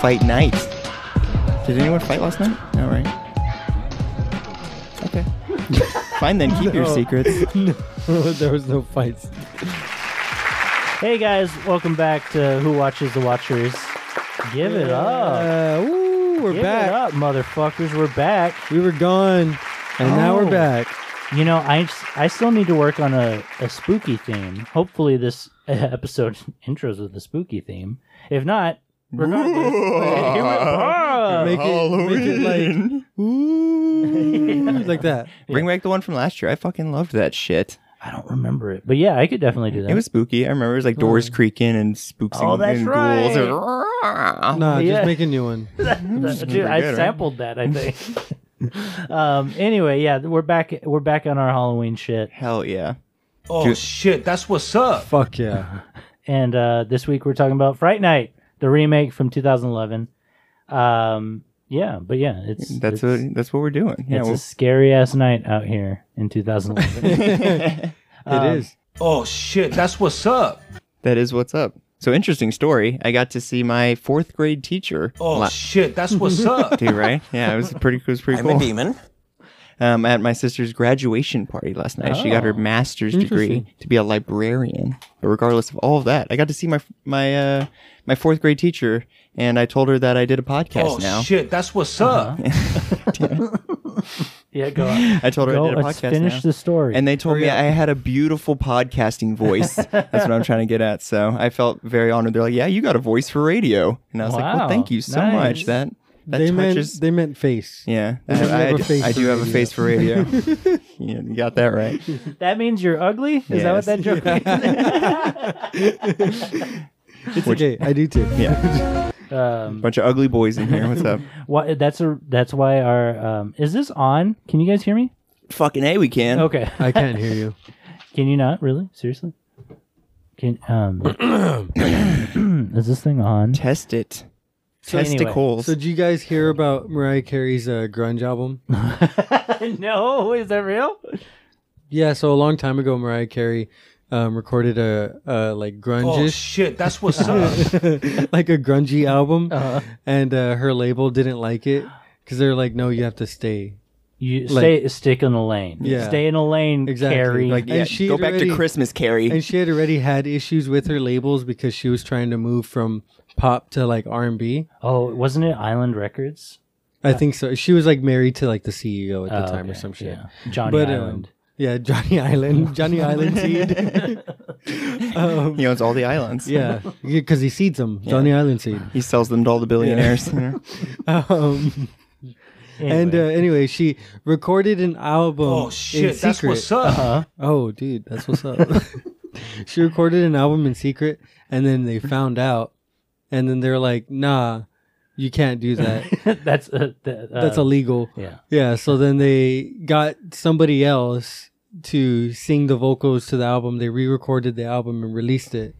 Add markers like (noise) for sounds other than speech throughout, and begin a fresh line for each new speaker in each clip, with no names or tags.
fight night. Did anyone fight last night? No, right? Okay. (laughs) Fine then, keep your
No. (laughs)
secrets.
there was no fights.
Hey guys, welcome back to Who Watches the Watchers. Give it up.
Uh, woo, we're
Give
back.
it up, motherfuckers. We're back.
We were gone, and now
Oh.
we're back.
You know, I, s- I still need to work on a, a spooky theme. Hopefully, this uh, episode (laughs) intros with a
(laughs)
spooky theme. If not,
(laughs)
regardless, here we (laughs) are.
Make it, make it like, ooh, like
(laughs)
that.
(laughs) Bring back the one from last year. I fucking loved that shit.
I don't remember it, but yeah, I could definitely do that.
It was spooky. I remember it was like doors creaking and spooks
Oh,
and,
that's
and ghouls. and-
Nah,
Oh, Yeah.
just make a new one.
(laughs) Dude, I
forget, right?
sampled that. I
(laughs)
think. um. Anyway, yeah, we're back. We're back on our Halloween shit,
Hell yeah.
Oh
Dude.
shit, that's what's up.
Fuck yeah.
and uh, this week we're talking about Fright Night, the remake from 2011. Um. Yeah, but yeah, it's
That's
it's,
what that's what we're doing. Yeah,
it's
well,
a scary ass night out here in 2011.
(laughs)
(laughs)
Um,
it is.
Oh shit, that's what's up.
that is what's up. So interesting story. I got to see my fourth grade teacher.
Oh
la-
shit,
(laughs)
that's what's up.
too, right? Yeah,
(laughs)
it was pretty. It was pretty cool.
demon.
um, at my sister's graduation party last night. She got
Oh,
her master's degree to be a librarian. But regardless of all of that, I got to see my my uh, my fourth grade teacher, and I told her that I did a podcast
Oh
now.
shit, that's what's
Uh-huh.
up.
(laughs) yeah, go on.
I told her I
Go,
did a
let's
podcast
finish
now.
the story.
and they told me I had a beautiful podcasting voice.
(laughs)
That's what I'm trying to get at. So I felt very honored. They're like, "Yeah, you got a voice for radio," and I was like,
Wow,
"Well, thank you so
nice.
much." That that
They
touches.
meant, they meant face.
yeah, I,
have
I
a
d-
face
I
for
do have a
radio.
face for radio.
(laughs)
yeah, you got that right.
that means you're ugly. Is that
Yes.
what that joke?
It's okay. I do too.
(laughs) (laughs) Yeah,
means? Um,
bunch of ugly boys in here. What's
(laughs)
up?
why, that's a that's why our um, is this on? Can you guys hear me?
Fucking a, we can.
Okay.
I can't hear
(laughs)
you.
Can you not really? Seriously? Can um (coughs) is this thing on?
Test it.
So anyway.
Testicles.
So, did you guys hear about Mariah Carey's uh,
(laughs)
grunge album?
(laughs) no, is that real?
Yeah, so a long time ago, Mariah Carey um, recorded a, a like
Oh
grungish, (laughs)
shit, that's what's
Oh,
up.
like a grungy album,
Uh-huh.
and uh, her label didn't like it because they're like, no, you have to stay.
You
Like-
stay stick in a lane.
Yeah.
Stay in a lane,
Exactly.
Carrie.
Like-
yeah,
and she
go back
already-
to Christmas, Carrie.
And she had already had issues with her labels because she was trying to move from pop to like R and B.
oh, wasn't it Island Records?
I think so. She was like married to like the CEO at the
Oh,
time or
okay,
some shit.
yeah. Johnny
But, um,
Island.
Yeah, Johnny
(laughs)
Island, Johnny Island seed. um,
he owns all the islands.
yeah, because he seeds them. Johnny Island
(laughs)
seed.
(laughs) He sells them to all the billionaires.
Um, And uh,
Anyway.
anyway, she recorded an album.
Oh
in
shit, that's
secret.
what's up.
Oh, dude, that's what's up. (laughs) she recorded an album in secret, and then they found out, and then they're like, "Nah, you can't do
(laughs)
that.
(laughs) that's uh, th- uh,
That's illegal."
yeah.
Yeah. So then they got somebody else to sing the vocals to the album. They re-recorded the album and released it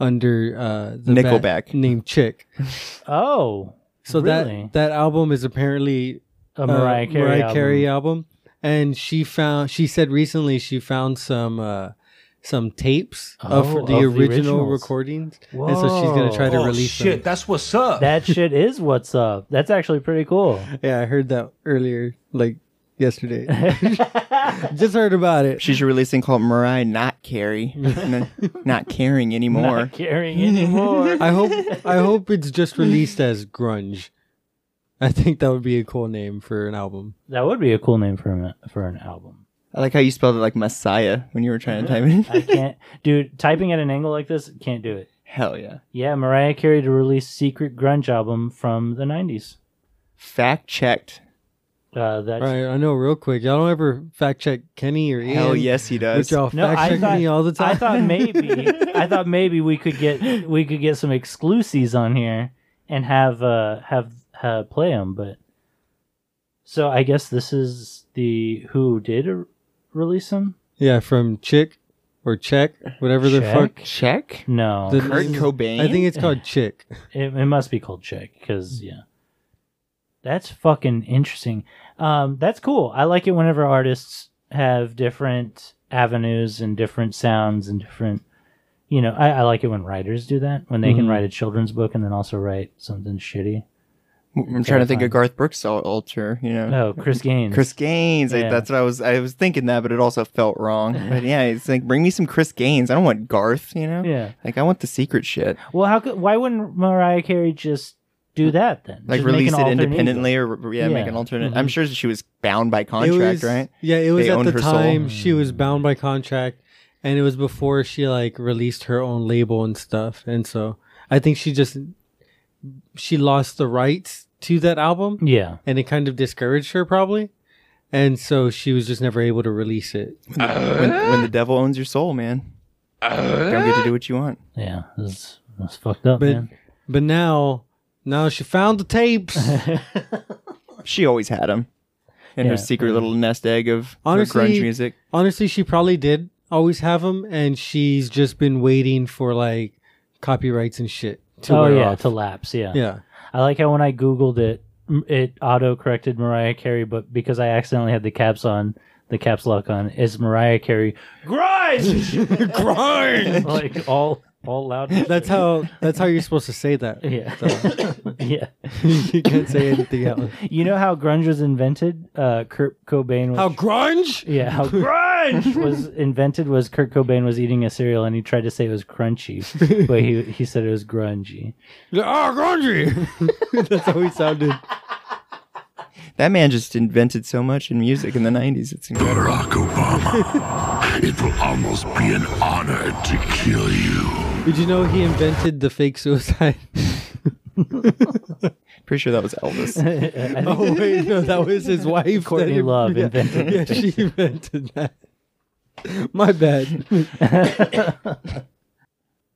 under uh, the ba-
Nickelback.
named Chick.
Oh.
So
Really?
that that album is apparently
A
uh,
Mariah Carey. album.
album. and she found she said recently she found some uh some tapes
Oh,
of the
of the
original
originals.
recordings, and so she's gonna try to
Oh
release them.
shit, that's what's up.
(laughs) That shit
(laughs)
is what's up. That's actually pretty cool. (laughs)
Yeah, I heard that earlier, like yesterday.
(laughs)
Just heard about it.
(laughs) She's releasing called Mariah Not
(laughs)
Carrie. N- not caring anymore.
Not
(laughs)
caring anymore.
I hope I hope it's just released as grunge. I think that would be a cool name for an album.
that would be a cool name for a, for an album.
I like how you spelled it like Messiah when you were trying to type it
I
in. (laughs)
can't, dude. Typing at an angle like this can't do it.
Hell yeah.
Yeah, Mariah Carey to release secret grunge album from the '90s.
Fact checked.
Uh, that's
Right, I know. Real quick, y'all don't ever fact check Kenny or Ian.
Hell yes, he
which
does.
y'all
no.
fact
I
check
thought
me all the time.
I
(laughs)
thought maybe I thought maybe we could get we could get some exclusives on here and have uh have uh, play them. But so I guess this is the who did r- release them.
yeah, from Chick or Check, whatever the
Check?
fuck
Check?
No,
The-
Kurt
this is-
Cobain?
I think it's called Chick.
It, it must be called Chick, because
Mm.
yeah, that's fucking interesting. Um, that's cool. I like it whenever artists have different avenues and different sounds and different, you know, I, I like it when writers do that when they
Mm-hmm.
can write a children's book and then also write something shitty.
I'm trying to think of Garth Brooks al- alter, you know.
Oh, Chris Gaines.
Chris Gaines. I-
Yeah.
that's what I was. I was thinking that, but it also felt
(laughs)
wrong. But yeah, it's like bring me some Chris Gaines. I don't want Garth. You know.
Yeah.
Like I want the secret shit.
Well, how could? Why wouldn't Mariah Carey just do that then?
Like
Just make an
release it
alternate
independently, or or, yeah, make
Yeah. Mm-hmm.
an alternate. I'm sure she was bound by (laughs)
It
contract,
was- (laughs)
right?
Yeah, it was
They
at
owned
the
her soul.
time she was bound by contract, and it was before she like released her own label and stuff. And so I think she just she lost the rights to that album,
ebook. Yeah.
and it kind of discouraged her probably. And so she was just never able to release it.
When, when the devil owns your soul, man, don't get to do what you want.
Yeah. That's that's fucked up,
But
man.
but now now she found the
(laughs)
tapes.
She always had him in
Yeah.
her secret little nest egg of
Honestly,
her grunge music.
Honestly, she probably did always have them, and she's just been waiting for like copyrights and shit to
oh
wear
yeah,
off.
to lapse. Yeah.
yeah.
I like how when I googled it, m- it auto corrected Mariah Carey, but because I accidentally had the caps on, the caps lock on, is
(laughs)
Mariah Carey grunge, grunge, like all all loud.
That's how that's how you're supposed to say
(laughs)
that.
Yeah.
(laughs)
yeah. (laughs)
you can't say anything else.
You know how grunge was invented? Uh, Kurt Cobain was.
How grunge?
(laughs) yeah, how grunge was invented was Kurt Cobain was eating a cereal and he tried to say it was crunchy,
(laughs)
but he he said it was grungy.
Ah, grungy. (laughs) that's how he sounded.
That man just invented so much in music in the '90s. It's incredible.
Barack Obama, it will almost be an honor to kill you.
Did you know he invented the fake suicide? (laughs)
Pretty sure that was Elvis.
oh wait, no, that was his wife.
Courtney
that- (laughs)
Love
yeah,
invented the
Yeah, she invented that. My bad.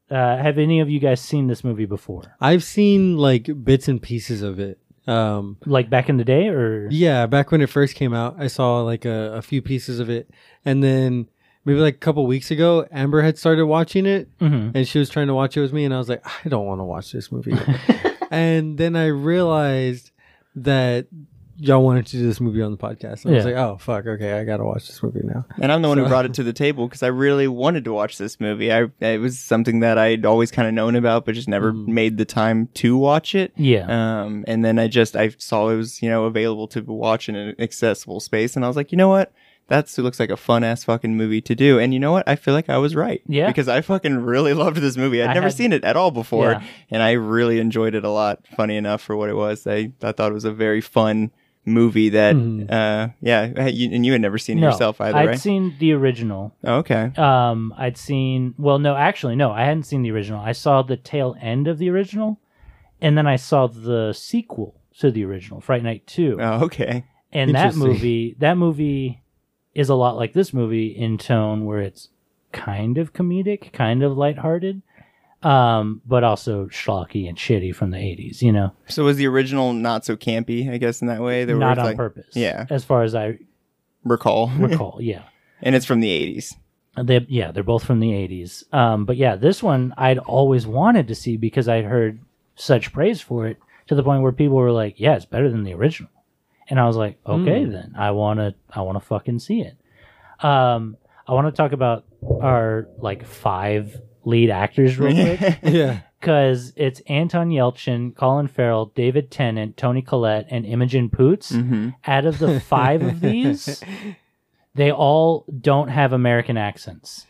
Uh, have any of you guys seen this movie before?
I've seen like bits and pieces of it. Um,
Like back in the day, or
yeah, back when it first came out, I saw like a, a few pieces of it, and then maybe like a couple weeks ago, Amber had started watching it,
Mhm.
and she was trying to watch it with me, and I was like, I don't want to watch this movie. (laughs) and then I realized that y'all wanted to do this movie on the podcast. And I was
Yeah.
like, oh fuck, okay, I gotta watch this movie now. (laughs)
And I'm the one who brought it to the table because I really wanted to watch this movie. I it was something that I'd always kind of known about, but just never made the time to watch it.
Mm. yeah,
Um, and then I just I saw it was you know available to watch in an accessible space, and I was like, you know what? That's it looks like a fun ass fucking movie to do. And you know what? I feel like I was right.
Yeah.
Because I fucking really loved this movie. I'd
I
never
had-
seen it at all before,
Yeah.
and I really enjoyed it a lot. Funny enough, for what it was, I I thought it was a very fun movie that uh yeah you, and you had never seen it
Mm-hmm. no,
yourself either
I'd
right
seen the original.
Oh, okay
Um, I'd seen well, no, actually, no, I hadn't seen the original. I saw the tail end of the original, and then I saw the sequel to the original, Fright Night Two,
oh okay
and that
interesting.
movie. That movie is a lot like this movie in tone, where it's kind of comedic, kind of lighthearted, um, but also schlocky and shitty from the '80s. You know.
so was the original not so campy i guess in that way They were
not on
like-
purpose.
yeah.
as far as
(laughs)
I (laughs)
recall
recall. yeah,
and it's from the 80s
they yeah they're both from the '80s. Um, but yeah, this one I'd always wanted to see because I'd heard such praise for it to the point where people were like, "Yeah, it's better than the original," and I was like, "Okay, then I wanna I wanna fucking see it." Um, I want to talk about our like five lead actors real quick.
(laughs)
Yeah.
because it's Anton Yelchin, Colin Farrell, David Tennant, Tony Collette, and Imogen Poots.
Mm-hmm.
Out of the five
(laughs)
of these, they all don't have American accents.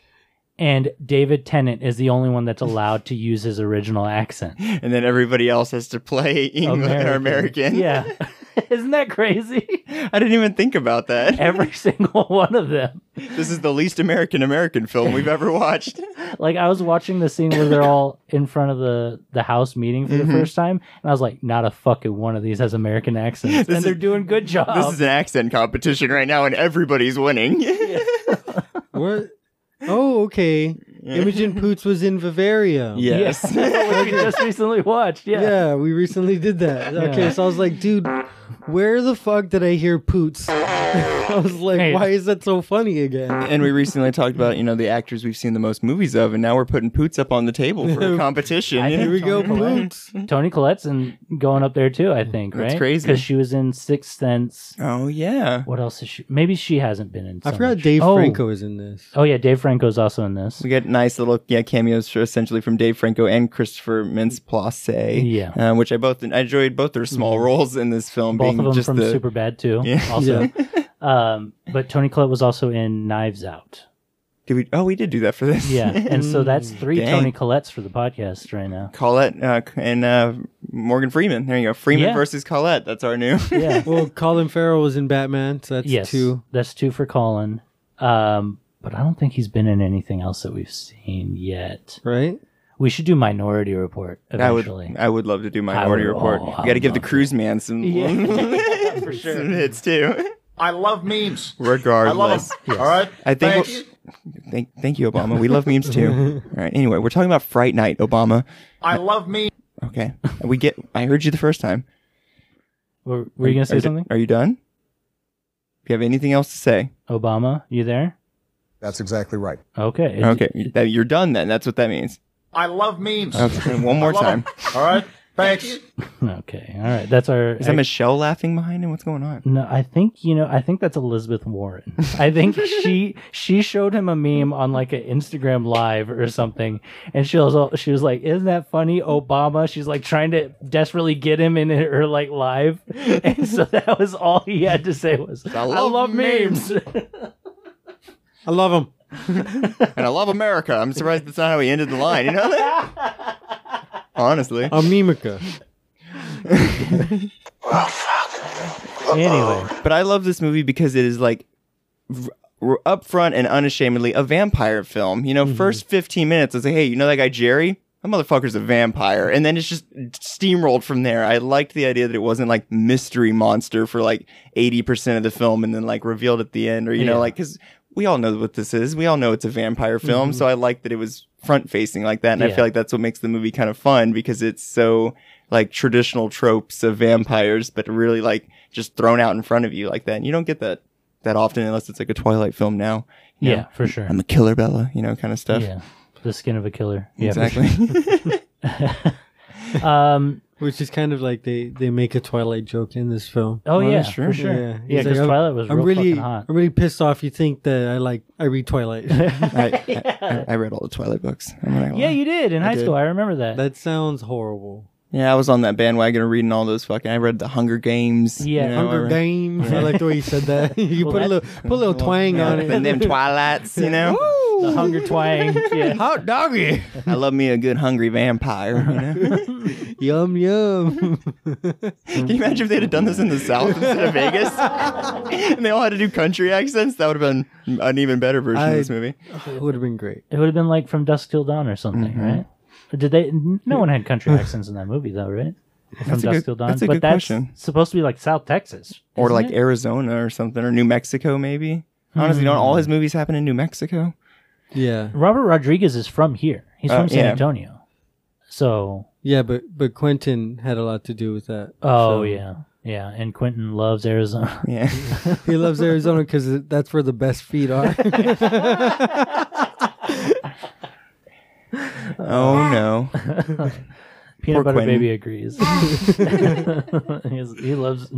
And David Tennant is the only one that's allowed to use his original accent.
and then everybody else has to play (laughs) English or American.
Yeah. (laughs) Isn't that crazy?
I didn't even think about that. (laughs)
Every single one of them.
This is the least American American film we've ever
(laughs)
watched.
Like I was watching the scene where they're all in front of the the house meeting for
Mm-hmm.
the first time, and I was like, not a fucking one of these has American accents, and
is-
they're doing good job.
This
(laughs)
is an accent competition right now, and everybody's winning. (laughs)
What? Oh, okay. Imogen Poots was in Bavaria.
yes.
Which we just recently watched. Yeah.
Yeah, we recently did that. Okay, so I was like, dude, where the fuck did I hear Poots? (laughs) I was like,
Hey.
why is that so funny again?
And we recently talked about you know the actors we've seen the most movies of, and now we're putting Poots up on the table for
(laughs)
a competition.
I
Yeah.
Here we go,
Tony Collette.
Boots.
Tony Collette's in, going up there too. I think right.
That's crazy.
because she was in Sixth Sense.
(laughs) Oh yeah,
What else is she? Maybe she hasn't been in. So
I forgot
much.
Dave
Oh.
Franco is in this.
Oh yeah, Dave Franco's also in this.
we get nice little yeah cameos for essentially from Dave Franco and Christopher Mintz Plasse.
Yeah. Mm-hmm.
uh, which I both I enjoyed both their small roles in this film.
Both
being
of them
just
from
the,
Superbad too.
Yeah.
Also, (laughs) um, but Tony Collette was also in Knives Out.
Did we? Oh, we did do that for this.
Yeah, and so that's three
Mm, Dang.
Tony Collettes for the podcast right now.
(laughs) Colette uh, and uh, Morgan Freeman. There you go. Freeman
Yeah.
versus Colette. (laughs) That's our
(laughs)
new.
Yeah.
Well, Colin Farrell was in Batman, so that's
yes.
two.
That's two for Colin. Um, but I don't think he's been in anything else that we've seen yet.
Right?
We should do Minority Report
I would,
eventually.
I would love to do Minority
would-
Report.
oh, I
you got to
would
give the
love
cruise man some,
(laughs) for
(laughs)
sure.
some (laughs) hits too.
I love memes. I
Regardless,
love them. All right.
I think
Thanks.
we're- Thank, thank you, Obama. We love memes
(laughs)
too. All right. Anyway, we're talking about Fright Night, Obama.
I love memes.
Okay. We get. I heard you the first time.
Were, were you gonna say
Are-
something?
Are you done? Do you have anything else to say?
Obama, you there?
That's exactly right.
Okay.
Okay. That- You're done then. That's what that means.
I love memes.
Okay. One more
I love
time.
'em. All right. Thanks.
Okay. All right. That's our.
Is that Michelle laughing behind him? What's going on?
No, I think you know. I think that's Elizabeth Warren. I think she she showed him a meme on like an Instagram live or something, and she was all- she was like, "Isn't that funny, Obama?" She's like trying to desperately get him in her like live, (laughs) and so that was all he had to say was, "I love,
love
memes."
I love him.
And I love America. I'm surprised that's not how he ended the line. You know that? Honestly.
I'm Mimica.
(laughs) anyway,
But I love this movie because it is like v- r- upfront and unashamedly a vampire film. You know, first 15 minutes, I was like, hey, you know that guy Jerry? That motherfucker's a vampire. And then it's just steamrolled from there. I liked the idea that it wasn't like mystery monster for like 80% of the film and then like revealed at the end or, you
Yeah.
know, like, because we all know what this is. We all know it's a vampire film. So I liked that it was front facing like that. And I
Mm-hmm. Yeah.
feel like that's what makes the movie kind of fun because it's so like traditional tropes of vampires, but really like just thrown out in front of you like that. And you don't get that that often unless it's like a Twilight film now. you
yeah,
know?
for sure.
I'm a killer Bella, you know, kind of stuff.
Yeah, the skin of a killer. Yeah, for
exactly.
(laughs)
sure. Um.
Which is kind of like they, they make a Twilight joke in this film.
Oh,
Well,
yeah,
that's true.
for sure.
Yeah,
Yeah,
he's
because
like, I'm-
Twilight was
I'm
real
really
fucking hot.
I'm really pissed off you think that I like I read
(laughs)
Twilight.
I, I, I read all the Twilight books. I'm not gonna
Yeah,
lie.
you did in high
did.
school. I remember (laughs) that.
that sounds horrible.
yeah, I was on that bandwagon of reading all those fucking. I read the Hunger Games.
Yeah.
you know, I
Hunger
read-
Games. I like the way you said that. (laughs) you
Well,
put a
that-
little put a little twang
Yeah, (laughs)
on
and
it. (laughs)
them Twilights, you know.
the hunger twang. Yeah.
Hot doggy.
I love me a good hungry vampire. You
(laughs)
know?
yum yum.
Can you imagine if they'd have done this in the South instead of
(laughs)
Vegas, and they all had to do country accents? That would have been an even better version
I-
of this movie.
it would have been great.
It would have been like from dusk till dawn or something,
Mm-hmm.
right? Or did they? n- No one
(laughs)
had country accents in that movie, though, right? From
That's a
dusk
good-
till dawn,
that's a
but
good
that's
question.
supposed to be like South Texas,
or
isn't
like
it?
Arizona or something, or New Mexico maybe. Honestly, don't all
Hmm.
his movies happen in New Mexico?
Yeah.
Robert Rodriguez is from here. He's
Uh,
from San
yeah.
Antonio. So,
Yeah, but but Quentin had a lot to do with that.
oh
So,
yeah, yeah. And Quentin loves Arizona. (laughs)
(laughs)
Yeah,
He loves Arizona because that's where the best feet are.
oh no, Poor
Peanut butter
Quentin.
baby agrees. (laughs) He's, he loves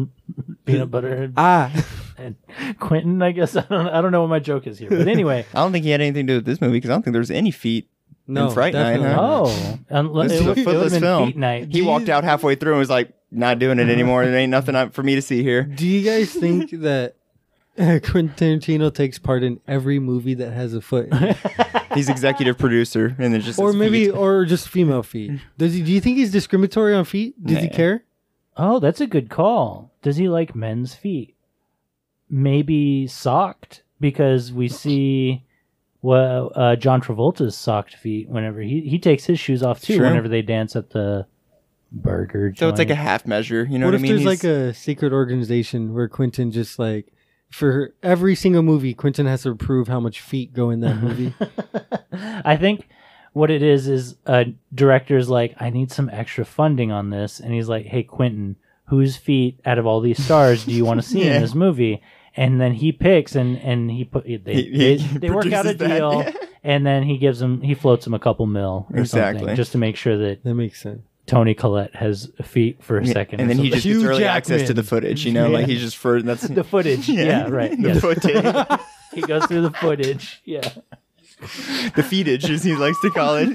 peanut butter.
(laughs) ah,
And Quentin, I guess (laughs) I don't. I don't know what my joke is here,
(laughs)
but anyway.
I don't think he had anything to do with this movie because I don't think there's any feet.
(laughs) no,
In Fright Night,
definitely
huh?
not.
Oh, unless
This is
it
a
would- it would've
footless
been
film.
Feet night.
He walked out halfway through and was like, "Not doing it anymore. There ain't nothing up for me to see here."
Do you guys (laughs) think that uh, Quentin Tarantino takes part in every movie that has a foot, (laughs) in it?
He's executive producer, and there's just
or
his
maybe,
feet.
or just female feet? Does he? Do you think he's discriminatory on feet? Does he
Nah.
care?
Oh, that's a good call. Does he like men's feet? Maybe socked because we see well uh, John Travolta's socked feet whenever he he takes his shoes off too
True.
whenever they dance at the burger.
so it's like
joint.
a half measure. You know what, I
what if
mean?
there's like a secret organization where Quentin just like for every single movie, Quentin has to approve how much feet go in that movie.
(laughs) I think what it is is a director's like, I need some extra funding on this, and he's like, Hey, Quentin, whose feet out of all these stars do you want to
(laughs)
see
Yeah.
in this movie? and then he picks and and he put they
He- he
they,
(laughs)
they work out a
produces that,
deal,
yeah.
and then he gives him he floats him a couple mil or
Exactly.
something just to make sure that
That makes sense.
Tony Collette has feet for a second,
and
or
then he
something.
just gets
Hugh
early access to
Jackman.
the footage. You know, like he's just for that's (laughs)
the footage, yeah, right,
The
yes.
footage,
he goes through the
(laughs)
footage, yeah.
the feetage, as he likes to call it.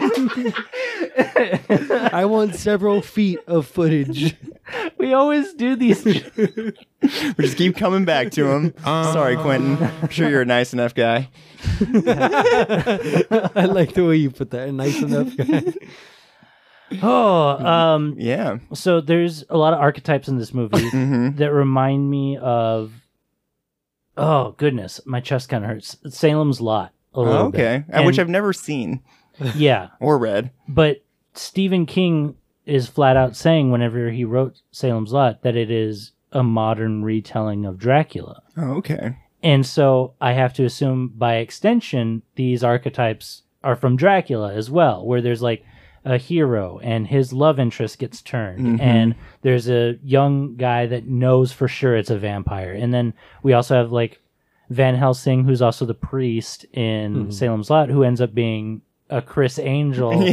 I want several feet of footage.
We always do these.
(laughs) We just keep coming back to him. Sorry, Quentin. I'm sure you're a nice enough guy.
(laughs) I like the way you put that. Nice enough guy.
oh, um,
Yeah.
so there's a lot of archetypes in
(laughs)
this movie
Mm-hmm.
that remind me of oh goodness my chest kind of hurts salem's lot a little
Oh, okay.
bit.
Uh, Which I've
And-
never seen
(laughs) yeah
or read.
but stephen king is flat out saying whenever he wrote salem's lot that it is a modern retelling of dracula
Oh, okay.
and so i have to assume by extension these archetypes are from dracula as well where there's like a hero and his love interest gets turned
Mm-hmm.
and there's a young guy that knows for sure it's a vampire and then we also have like van helsing who's also the priest in
Hmm.
salem's lot who ends up being a chris
(laughs)
angel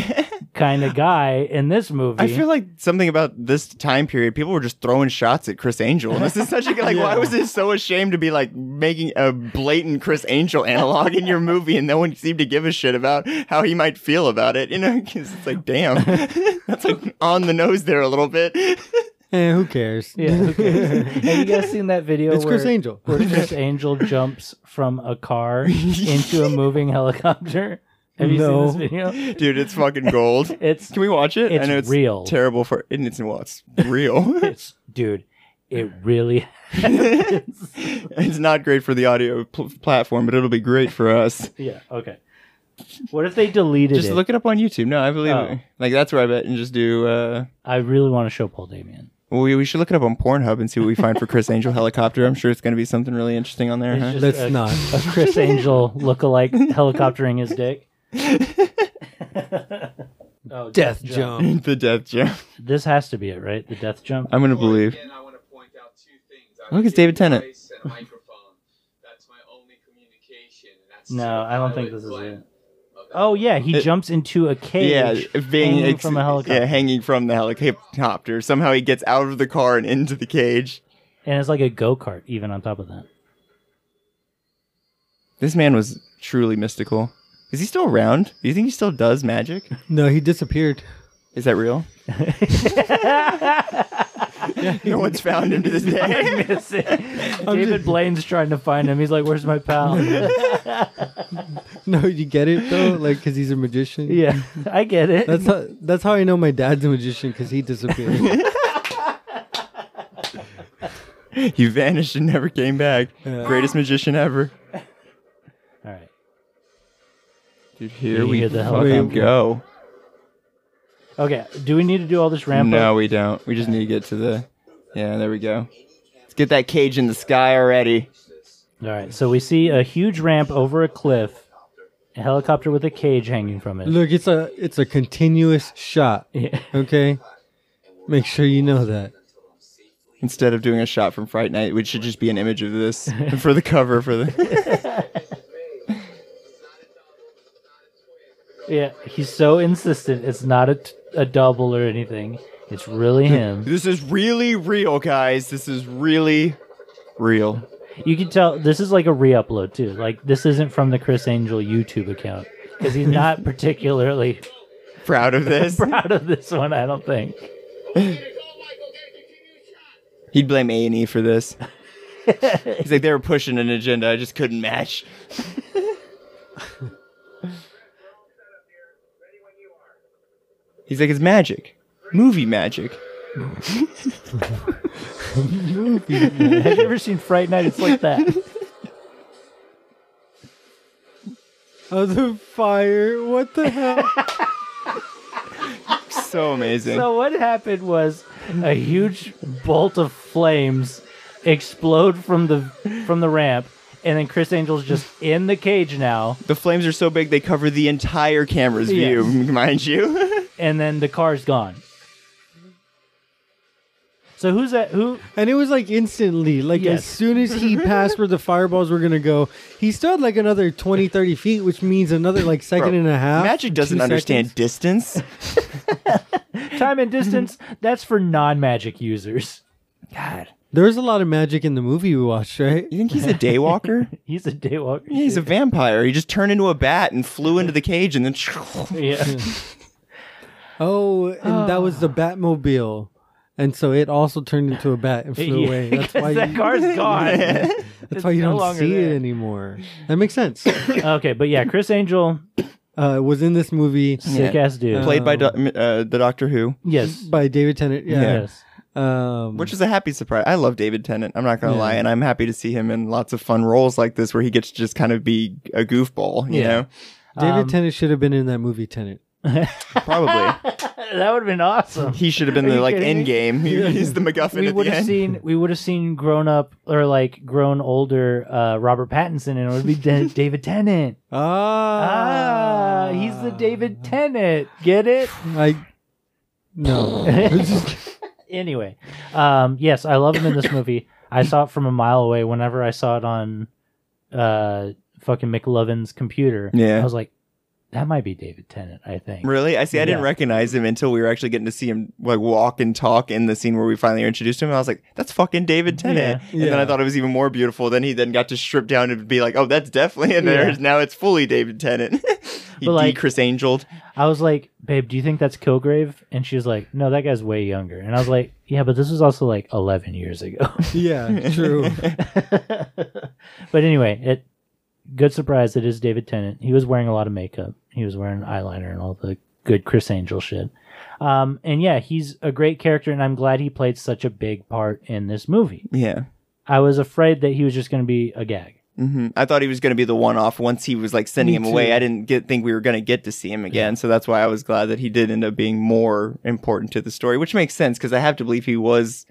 kind of guy in this movie
I feel like something about this time period, people were just throwing shots at Chris Angel. This is such a good, like,
(laughs)
why was it so ashamed to be like making a blatant Chris Angel analog in your movie and no one seemed to give a shit about how he might feel about it? You know, 'Cause it's like, damn,
(laughs)
that's like on the nose there a little bit.
Eh, who cares?
yeah, who cares? (laughs) have you guys seen that video
It's Chris
where-
Angel.
where Chris Angel jumps from
(laughs)
a car into a moving helicopter. Have you
No.
seen this video?
Dude, it's fucking gold.
(laughs) It's
Can we watch it?
It's
I know it's
real.
terrible for, and it's, well, it's real. (laughs)
it's dude, it really (laughs)
it's not great for the audio pl- platform, but it'll be great for us.
Yeah, okay. What if they deleted
Just
it?
look it up on YouTube. No, I believe
Oh.
it. Like that's where I bet and just do. uh
I really want to show Paul Damien.
we, we should look it up on Pornhub and see what we find for Chris Angel helicopter. I'm sure it's going to be something really interesting on there.
It's
Huh?
just
Let's
a,
not.
a Chris Angel
(laughs)
look-alike helicoptering his dick.
(laughs)
oh,
Death
(laughs)
Jump.
the death jump.
This has to be it, right? The death jump.
I'm going to believe.
Again, I want to point out two things. I
Look, it's
gave
David
you
Tennant.
voice and a microphone. That's my only communication, and that's
No, I don't think this is
self-pilot plan
it.
of that
Oh yeah, he
It-
jumps into a
Yeah,
cage
being
hanging
ex-
from a helicopter.
Yeah, hanging from the helicopter. Somehow he gets out of the car and into the cage.
And it's like a go kart, even on top of (laughs) that.
This man was truly mystical. Is he still around? Do you think he still does magic?
No, he disappeared. (laughs)
Is that real? (laughs) no one's found him to this day.
David Blaine's trying to find him. He's like, "Where's my pal?"
(laughs) No, you get it though, like because he's a magician.
yeah, I get it.
That's how, that's how I know my dad's a magician because he disappeared.
he vanished and never came back.
Yeah.
Greatest magician ever.
All right.
Dude, here
You
we
hear the
fucking
helicopter.
go.
Okay. Do we need to do all this ramp
no,
up?
we don't. We just need to get to the. Yeah, there we go. Let's get that cage in the sky already.
All right. So we see a huge ramp over a cliff, a helicopter with a cage hanging from it.
Look, it's a it's a continuous shot.
Yeah.
Okay, make sure you know that.
Instead of doing a shot from Fright Night, which should just be an image of
(laughs)
this for the cover for the. (laughs)
Yeah. He's so insistent. It's not a, t- a double or anything. It's really him.
this is really real, guys. This is really real.
You can tell this is like a re-upload too. Like this isn't from the Chris Angel YouTube account because
(laughs)
he's not particularly (laughs)
Proud of this.
proud of this one. I don't think.
He'd blame A and E for
(laughs)
this. He's like they were pushing an agenda. I just couldn't match. He's like it's magic, movie magic.
Have you ever seen Fright Night? It's
(laughs)
like that.
Oh, the fire! What the hell?
So amazing.
So what happened was a huge bolt of flames explode from the from the ramp, and then Chris Angel's just in the cage now,
the flames are so big they cover the entire camera's view, (laughs) mind you.
and then the car's gone. So who's that? Who?
And it was like instantly, like
Yes.
as soon as he passed where the fireballs were gonna go, he still had like another 20, 30 feet, which means another like second
Bro,
and a half.
Magic doesn't
two
understand
seconds. (laughs)
distance.
Time and distance. that's for non-magic users.
God,
There was a lot of magic in the movie we watched, right?
you think he's a
(laughs)
daywalker?
He's a daywalker.
yeah, he's a vampire. He just turned into a bat and flew into the cage, and then
(laughs)
(laughs)
(laughs)
yeah.
Oh, and that was the Batmobile, and so it also turned into a bat and flew
(laughs) Yeah,
away. That's
'cause
why.
that
you, (laughs)
car's gone.
that's why you
no
don't
longer
see
there.
it anymore. That makes sense.
okay, but yeah, Chris Angel,
uh, it was in this movie
sick ass dude.
played by
Um,
do- uh, the Doctor Who,
yes.
by David Tennant. (laughs) Yeah.
Yes. (laughs)
Um,
which is a happy surprise. I love David Tennant. I'm not gonna
Yeah.
lie, and I'm happy to see him in lots of fun roles like this, where he gets to just kind of be a goofball. You
Yeah.
know,
David
um,
Tennant should have been in that movie Tennant. (laughs)
probably
that would have been awesome.
he should have been
Are
the
you
like
kidding me?
end game. He's
(laughs)
the MacGuffin
We
at the
would have
end.
seen we would have seen grown up or like grown older uh, Robert Pattinson, and it would
(laughs)
be Da- David Tennant.
Ah,
Ah, he's the David Tennant. Get it?
I no.
(laughs) anyway, um, yes, I love him in this movie. I saw it from a mile away. Whenever I saw it on uh, fucking McLovin's computer,
Yeah.
I was like, that might be David Tennant. I
(laughs)
think.
Really? I see. I didn't
Yeah.
recognize him until we were actually getting to see him like walk and talk in the scene where we finally introduced him. And I was like, "That's fucking David Tennant." And then
Yeah.
I thought it was even more beautiful. Then he then got to strip down and be like, "Oh, that's definitely." And there's now it's fully David Tennant. (laughs) he
But, like-
de Chris Angeled.
I was like, babe, do you think that's Kilgrave? And she was like, no, that guy's way younger. And I was like, yeah, but this was also like 11 years ago.
yeah,
(laughs)
true.
but anyway, it good surprise. It is David Tennant. He was wearing a lot of makeup. He was wearing eyeliner and all the good Chris Angel shit. Um, and yeah, he's a great character, and I'm glad he played such a big part in this movie.
Yeah.
I was afraid that he was just going to be a gag.
hmm I thought he was going to be the one off once he was like sending
Me
him
too.
away. I didn't get think we were going to get to see him again, so that's why I was glad that he did end up being more important to the story, which makes sense because I have to believe he was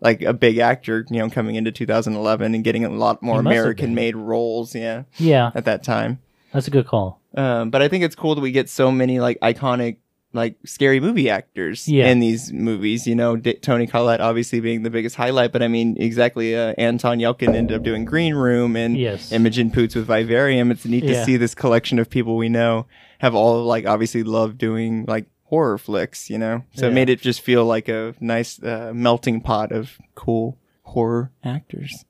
like a big actor, you know, coming into 2011 and getting a lot more
He must have
American made roles, yeah,
Yeah,
at that time.
that's a good call. (laughs)
Um, but I think it's cool that we get so many like iconic, like scary movie actors
Yeah.
in these movies. You know, D- Tony Collette obviously being the biggest highlight, but I mean, exactly. Uh, Anton Yelkin ended up doing Green Room and
Yes.
Imogen Poots with Vivarium. It's neat
Yeah.
to see this collection of people we know have all like obviously loved doing like horror flicks. You know, so
Yeah.
it made it just feel like a nice uh, melting pot of cool horror actors.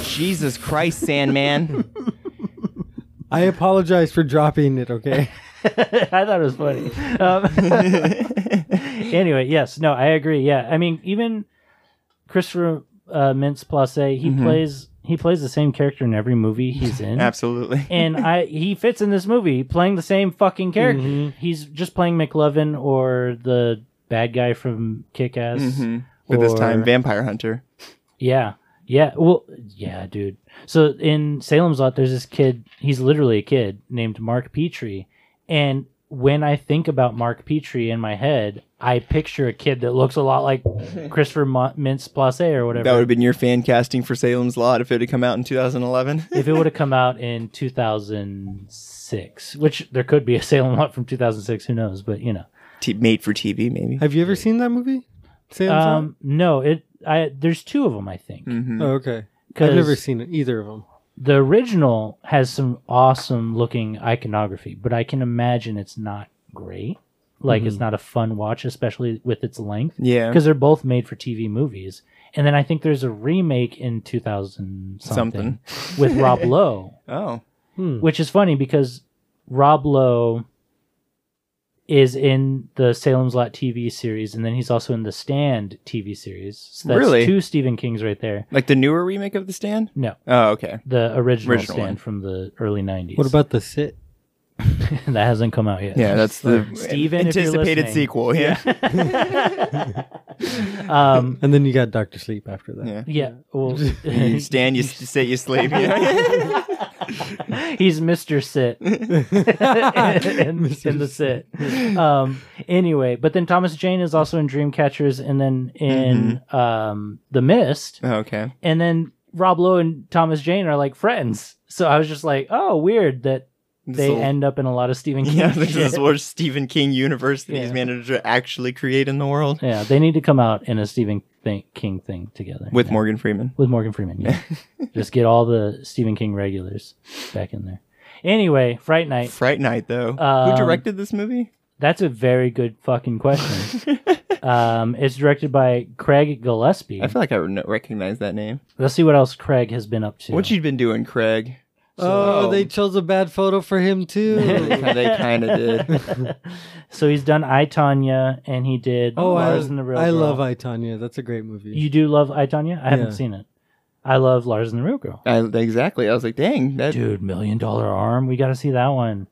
Jesus Christ, Sandman!
I apologize for dropping it. Okay,
I thought it was funny. Um, (laughs) anyway, yes, no, I agree. Yeah, I mean, even Christopher uh, Mintz Plasse, he plays he plays the same character in every movie he's
(laughs)
in. (laughs)
Absolutely.
And I he fits in this movie playing the same fucking character.
Mm-hmm.
He's just playing McLovin or the bad guy from Kick Ass.
hmm But this time,
Or-
Vampire Hunter.
Yeah. Yeah. Well, yeah, dude. So in Salem's Lot, there's this kid. He's literally a kid named Mark Petrie. And when I think about Mark Petrie in my head, I picture a kid that looks a lot
(laughs)
like Christopher Mo- Mintz Place or whatever.
That would have been your fan casting for Salem's Lot if it had come out in
(laughs)
2011.
if it would have come out in 2006, which there could be a Salem Lot from 2006, who knows? But you know,
T- made for TV, maybe.
have you ever seen that movie? Oh, Salem's Lot?
um, no, it. I there's two of them, I think.
Oh, okay.
'Cause-
I've never seen it, either of them.
the original has some awesome looking iconography, but I can imagine it's not great. Like it's
Mm-hmm.
not a fun watch, especially with its length.
Yeah.
because they're both made for TV movies. And then I think there's a remake in 2000 something, with Rob
(laughs)
Lowe,
Oh,
which is funny because Rob Lowe is in the Salem's Lot TV series, and then he's also in the Stand TV series. So that's
Really?
two Stephen Kings right there.
like the newer remake of The Stand?
No,
Oh, okay.
the original,
Original
Stand
one.
from the early 90s.
What about the sit?
(laughs) that hasn't come out yet.
Yeah, that's the
Steven, if you're
anticipated
listening.
sequel. Yeah.
(laughs) Um,
And then you got Doctor Sleep after that.
Yeah.
yeah. Well,
you (laughs) stand, you s- sit, you
(laughs)
sleep. Yeah.
he's
(laughs)
Mister Sit in, in the sit. Um, anyway, but then Thomas Jane is also in Dreamcatchers, and then in
Mm-hmm.
um, The Mist,
Oh, okay.
and then Rob Lowe and Thomas Jane are like friends. So I was just like, oh, weird that they
little-
end up in a lot of Stephen King.
(laughs) Yeah,
(laughs)
this
shit.
is what Stephen King universe that
Yeah.
he's managed to actually create in the world.
Yeah, they need to come out in a Stephen thing, King thing together
with
Yeah.
Morgan Freeman.
with Morgan
(laughs)
Freeman. Yeah, just get all the Stephen King regulars back in there. Anyway, Fright Night.
Fright Night, though.
Um,
Who directed this movie?
That's a very good
(laughs)
fucking question. um, it's directed by Craig Gillespie.
I feel like I would kn- recognize that name.
Let's see what else Craig has been up to.
What you been doing, Craig?
Oh, they chose a bad photo for him
(laughs)
too.
(laughs)
they kind of did. (laughs)
so he's done I Tanya, and he did
oh, I,
Lars and the Real
I
Girl.
love I Tanya. That's a great movie.
You do love I Tanya? I haven't
Yeah.
seen it. I love Lars and the Real Girl.
I, exactly. I was like, dang, that
Dude, Million Dollar Arm. We got to see that one.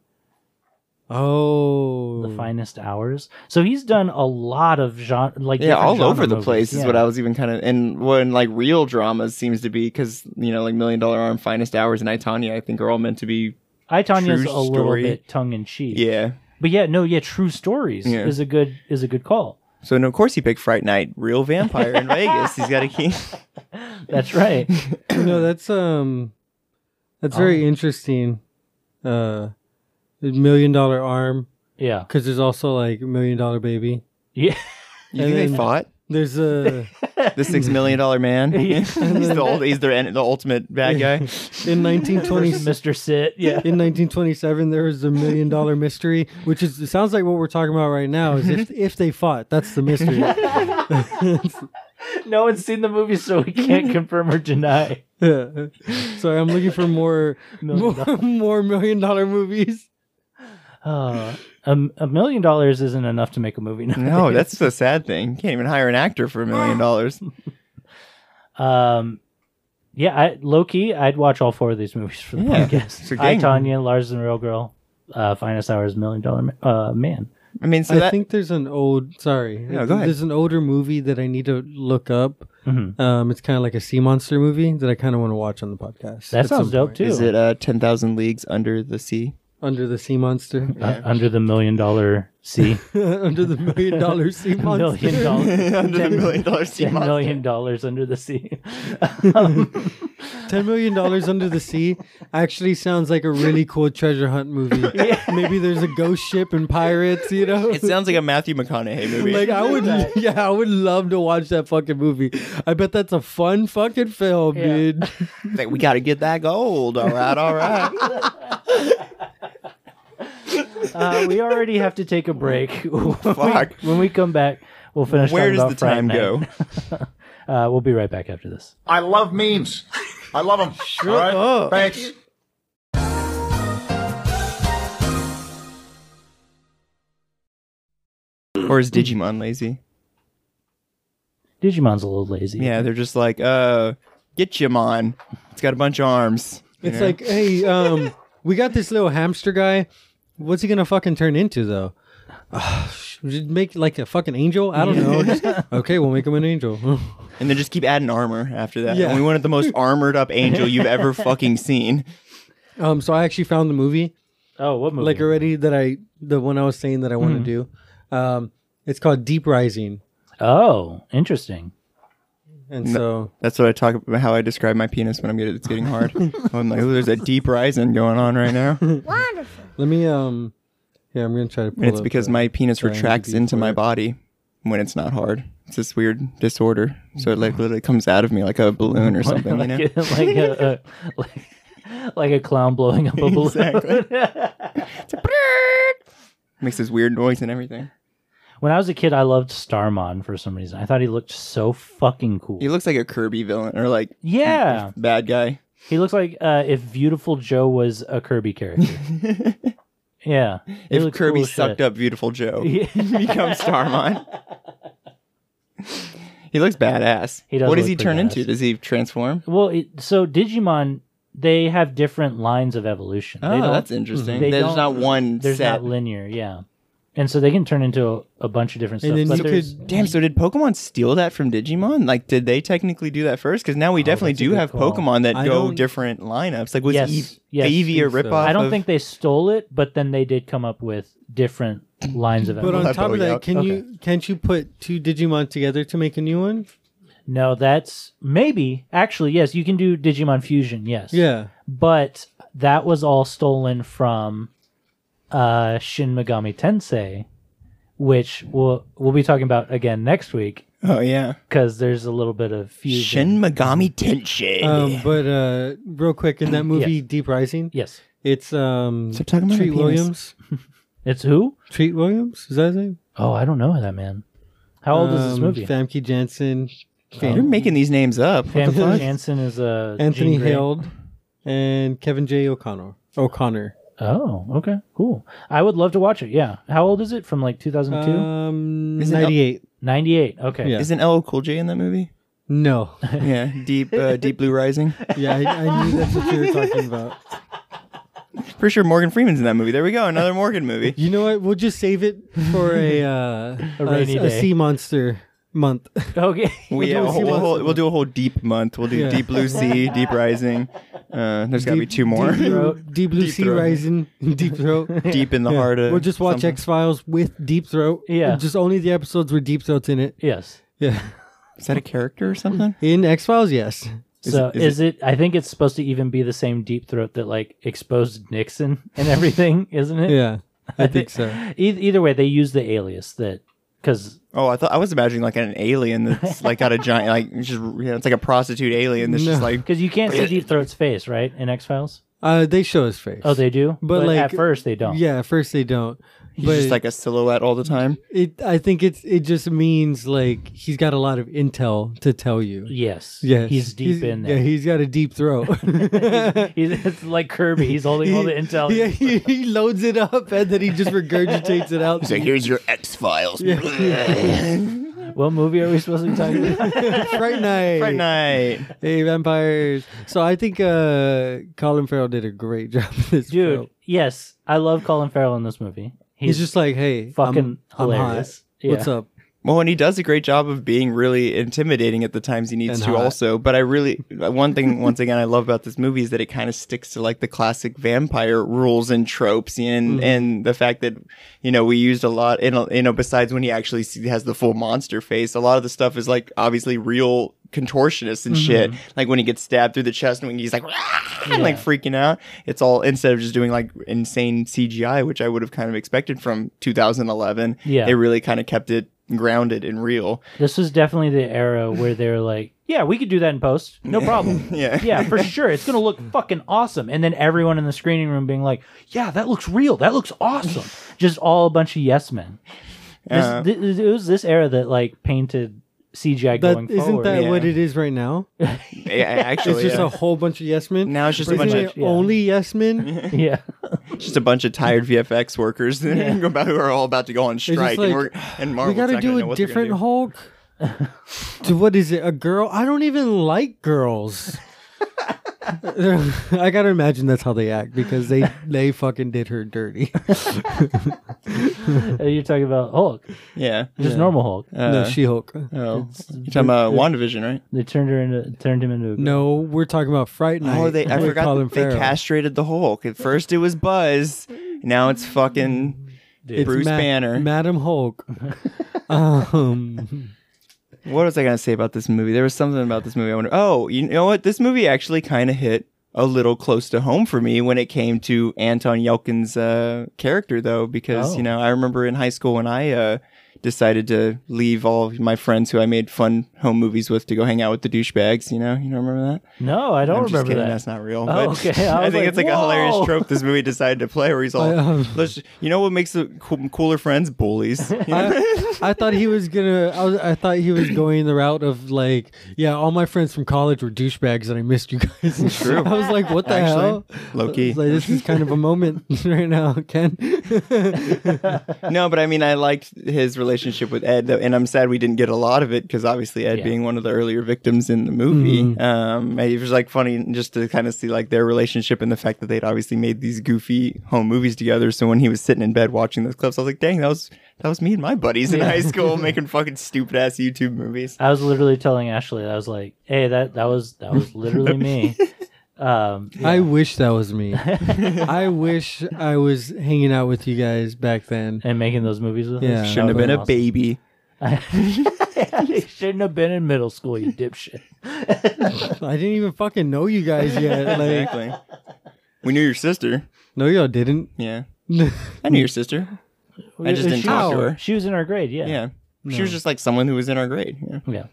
oh,
The Finest Hours. So he's done a lot of genre, like
yeah,
different
all
genre
over the
movies.
place is
Yeah.
what I was even kind of and when like real dramas seems to be because you know like Million Dollar Arm, Finest Hours, and I Tanya I think are all meant to be
I Tanya's a
True
little
story.
bit tongue in cheek.
yeah.
But yeah, no, yeah, True Stories
Yeah.
is a good is a good call.
So and of course he picked Fright Night, real vampire (laughs) in Vegas. He's got a (laughs) key.
That's
(laughs)
right.
you know that's um, that's
Oh.
very interesting. Uh, the million dollar arm
yeah.
because there's also like million dollar baby.
Yeah.
You think they
And-
fought
There's a
the (laughs) six million dollar man? (laughs) he's the old, he's the the ultimate bad guy.
(laughs)
in 1920
Mr. Sit. Yeah.
In 1927, there was a million dollar mystery, which is it sounds like what we're talking about right now is
(laughs)
if if they fought, that's the mystery.
(laughs)
(laughs)
No one's seen the movie, so we (laughs) can't confirm or deny.
Yeah. Sorry, I'm looking for more
Million
more, (laughs) more million dollar movies.
Uh, a, a million dollars isn't enough to make a movie.
No, (laughs) that's the sad thing. You can't even hire an actor for a million dollars.
Um, yeah, I, low key, I'd watch all four of these movies for the
Yeah,
podcast.
it's a
I
game.
Tanya, Lars and the Real Girl, uh, Finest Hours, Million Dollar Ma- uh, Man.
I mean, so
I
that
think there's an old sorry.
No, go ahead.
There's an older movie that I need to look up.
Mhm.
Um, it's kind of like a sea monster movie that I kind of want to watch on the podcast.
That
at
sounds
some
dope
point.
too.
is it. Uh, Ten thousand leagues under the sea.
Under the sea monster, (laughs)
Uh, under the million dollar (laughs) sea,
under the million dollar sea monster.
(laughs) million dollar,
(laughs) under the million dollar sea.
(laughs) ten
monster.
million dollars under the sea. (laughs)
Ten million dollars under the sea actually sounds like a really cool treasure hunt movie. Maybe there's a ghost ship and pirates, you know?
It sounds like a Matthew McConaughey movie.
(laughs) like I would, (laughs) yeah, I would love to watch that fucking movie. I bet that's a fun fucking film,
Yeah.
dude.
Like, we got to get that gold. All right, all right.
Uh, we already have to take a break. (laughs) Fuck.
Fuck.
when we come back, we'll finish.
Where
talking
does
about
the
Fright
time
Night.
(laughs) go?
Uh, we'll be right back after this.
I love memes. I love them. All right.
up.
Thanks.
Or is Digimon lazy?
Digimon's a little lazy.
Yeah, they're just like, uh, get Jimon. It's got a bunch of arms. you
It's
know?
like, hey, um, we got this little hamster guy. What's he gonna fucking turn into though? (sighs) Ah, sh- Just make like a fucking angel? I don't know. Just- okay, we'll make him an angel. (laughs)
and then just keep adding armor after that.
Yeah.
And we wanted the most armored up angel you've ever fucking seen.
um, so I actually found the movie.
Oh, what movie?
like already that I the one I was saying that I want
Mm-hmm.
to do. Um, it's called Deep Rising,
oh, interesting.
and so
That's what I talk about. How I describe my penis when I'm getting it's getting hard. I'm like, oh, there's a deep rising going on right now, and
let me um, yeah, I'm gonna try to. Pull
it's
up
because
the-
my penis
Sorry, I'm
retracts
deep
into
for
my
it.
body when it's not hard. It's this weird disorder, so it like literally comes out of me like a balloon
(laughs)
or something. You know?
like a, a like, like a clown
(laughs)
blowing up a balloon.
Exactly. Makes this weird noise and everything.
When I was a kid, I loved Starmon for some reason. I thought he looked so fucking cool.
He looks like a Kirby villain or like
yeah,
(laughs) bad guy.
he looks like uh, if Beautiful Joe was a Kirby character.
(laughs)
yeah, he
If
looked
Kirby
cool as
sucked
shit.
up Beautiful Joe,
(laughs) Yeah.
he becomes
(laughs)
Starmon. he looks badass.
He does
what does
look
he turn into?
pretty badass.
Does he transform?
Well, it, so Digimon, they have different lines of evolution. They
Oh,
don't-
that's interesting.
they
There's
don't-
not one
There's
set.
not linear, yeah. And so they can turn into a, a bunch of different
And
stuff.
then
But
you
there's-
could
Damn, so did Pokemon steal that from Digimon? Like, did they technically do that first? Because now we definitely
Oh, that's a
do
good
have
call.
Pokemon that
I
go
don't-
different lineups. Like, was
Yes,
Eevee,
yes,
Eevee a
think so.
ripoff?
I don't
of-
think they stole it, but then they did come up with different lines of
But
evolution.
on
Level
top of that,
up.
can you can't you put two Digimon together to make a new one?
No, that's maybe actually yes. You can do Digimon Fusion, yes.
Yeah,
but that was all stolen from uh, Shin Megami Tensei, which we'll we'll be talking about again next week.
Oh yeah,
because there's a little bit of
Shin
fusion.
Megami Tenshin.
Um, but uh, real quick
(clears throat)
in that movie Deep Rising,
yes,
it's um
Stop talking about my
Treat
penis.
Williams.
it's who?
Treat Williams is that his name?
Oh, I don't know that man. How old is this
Um,
movie?
Famke Janssen,
You're making these names up. What the
Famke
fuck?
Janssen is a
Anthony Held, and Kevin J. O'Connor. O'Connor.
Oh, okay, cool. I would love to watch it. Yeah. How old is it? From like 2002,
Um,
Isn't it-
ninety-eight.
98. Okay.
Yeah.
Isn't LL Cool J in that
(laughs)
movie?
No,
Yeah, Deep uh, Deep Blue Rising.
yeah, I, I knew that's what you were talking about.
Pretty sure Morgan Freeman's in that movie. There we go, another Morgan
(laughs)
movie.
You know what? We'll just save it for (laughs) a uh, a,
rainy
a
day.
sea monster month.
(laughs) Okay.
We,
(laughs)
yeah,
do a
we'll,
sea
we'll-
monster.
we'll do a whole Deep month. We'll do
Yeah.
Deep Blue Sea, Deep Rising. Uh, there's got to be two more.
Deep
(laughs) Deep,
Blue,
Throat.
Deep Blue
Deep
Sea
Throat. (laughs)
Rising, Deep Throat.
in the heart of.
We'll just watch
something.
X Files with Deep Throat.
Yeah.
Just only the episodes where Deep Throat's in it.
Yes.
Yeah.
Is that a character or something?
(laughs) In X Files, yes.
Is
so
it-
is,
is
it, I think it's supposed to even be the same deep throat that like exposed Nixon (laughs) and everything, isn't it?
Yeah. I think so. (laughs)
Eith- either way, they use the alias that because
Oh, I thought I was imagining like an alien that's like got a giant like it's just you know, it's like a prostitute alien that's just
No.
like
because you can't see deep throat's face, right? In X Files.
Uh, they show his face.
Oh, they do.
But, like-
at first they don't.
Yeah, at first they don't.
he's
but
just like a silhouette all the time.
it, I think it's it just means like he's got a lot of intel to tell you.
Yes.
Yes.
He's deep in there.
Yeah, he's got a deep throat.
(laughs) he's, it's like Kirby. He's holding all the intel.
Yeah, (laughs) he, he loads it up and then he
(laughs)
just regurgitates it out.
here's your X Files.
What movie are we supposed to be talking
(laughs) (laughs)
about?
Fright night.
Fright night.
Hey, vampires. So I think uh, Colin Farrell did a great (laughs) job in this
Dude,
film.
yes, I love Colin Farrell in this movie.
He's, just like, hey, I'm-
fucking
I'm hot.
hilarious. Yeah.
What's up?
Well, and he does a great job of being really intimidating at the times he needs
And
to,
hot.
also. But I really, one thing, once again, I love about this movie is that it kind of sticks to like the classic vampire rules and tropes, and
Mm-hmm.
and the fact that you know we used a lot, and you know, besides when he actually see- has the full monster face, a lot of the stuff is like obviously real contortionists and
Mm-hmm.
shit. Like when he gets stabbed through the chest, and when he's like, and like freaking out, it's all instead of just doing like insane CGI, which I would have kind of expected from 2011.
Yeah.
they really kind of kept it grounded and real.
This was definitely the era where they were like, yeah, we could do that in post.
(laughs)
No problem.
Yeah.
Yeah, for sure. It's going to look fucking awesome. And then everyone in the screening room being like, yeah, that looks real. That looks
(laughs)
awesome. Just all a bunch of yes men. This,
Uh,
thi- it was this era that like painted CGI
That
going
isn't
forward.
that
yeah.
what it is right now?
Yeah, actually,
(laughs) It's just
yeah.
a whole bunch of yes men.
now it's just a
Isn't
bunch
it
of
much, yeah.
only
(laughs)
yes men?
(laughs) yeah.
just a bunch of tired VFX workers (laughs) about who are all about to go on
just
strike, and, we're,
like,
and
we
Marvel's
got to
not gonna know
do a
what they're gonna (laughs)
different Hulk. to what is it? A girl? I don't even like girls. (laughs) I gotta imagine that's how they act because they
(laughs)
they fucking did her dirty. (laughs)
Uh, You're talking about Hulk,
do. Yeah,
just normal
(laughs)
Hulk.
no,
Uh,
She Hulk.
oh. you're talking about Wandavision, right?
They turned her into turned him into a
No, we're talking about Fright Night.
Oh, they I
with
forgot
Colin
that they
Farrell.
castrated the Hulk. At first, it was Buzz. Now it's fucking
It's
Bruce
Ma-
Banner.
Madam Hulk. um,
what was I gonna say about this movie? There was something about this movie. I wonder. Oh, you know what? This movie actually kind of hit a little close to home for me when it came to Anton Yelkin's uh, character, though, because
Oh.
you know I remember in high school when I uh, decided to leave all of my friends who I made fun home movies with to go hang out with the douchebags. You know, you don't remember that?
No, I don't
I'm just
remember
kidding,
that.
That's not real.
Oh,
but (laughs)
okay. I
I,
was
think
like,
it's like a
"Whoa."
hilarious trope this movie decided to play, where he's
(laughs)
all,
I, um,
"Let's, you know, what makes the cool, cooler friends
(laughs)
bullies." You know? (laughs)
I, I thought he was gonna. I, was, I thought he was going the route of like, yeah, all my friends from college were douchebags, and I missed you guys.
True.
(laughs) I was like, what the
Actually,
hell?
low-key.
I was Like, this is kind of a moment (laughs) right now, Ken.
No, but I mean, I liked his relationship with Ed, though, and I'm sad we didn't get a lot of it because obviously Ed
Yeah.
being one of the earlier victims in the movie, um, it was like funny just to kind of see like their relationship and the fact that they'd obviously made these goofy home movies together. So when he was sitting in bed watching those clips, I was like, dang, that was that was me and my buddies in high school making fucking stupid ass YouTube movies.
I was literally telling Ashley, I was like, "Hey, that that was that was literally me." Um,
I wish that was me. I wish I was hanging out with you guys back then.
and making those movies with
Yeah.
us
Shouldn't have been a baby.
a baby. (laughs) shouldn't have been in middle school, you dipshit.
I didn't even fucking know you guys yet. Like,
Exactly. We knew your sister.
no, y'all didn't.
(laughs) Yeah, I knew your sister. I just didn't
She-
talk to her.
She was in our grade, yeah.
Yeah. She was just like someone who was in our grade. Yeah.
Yeah.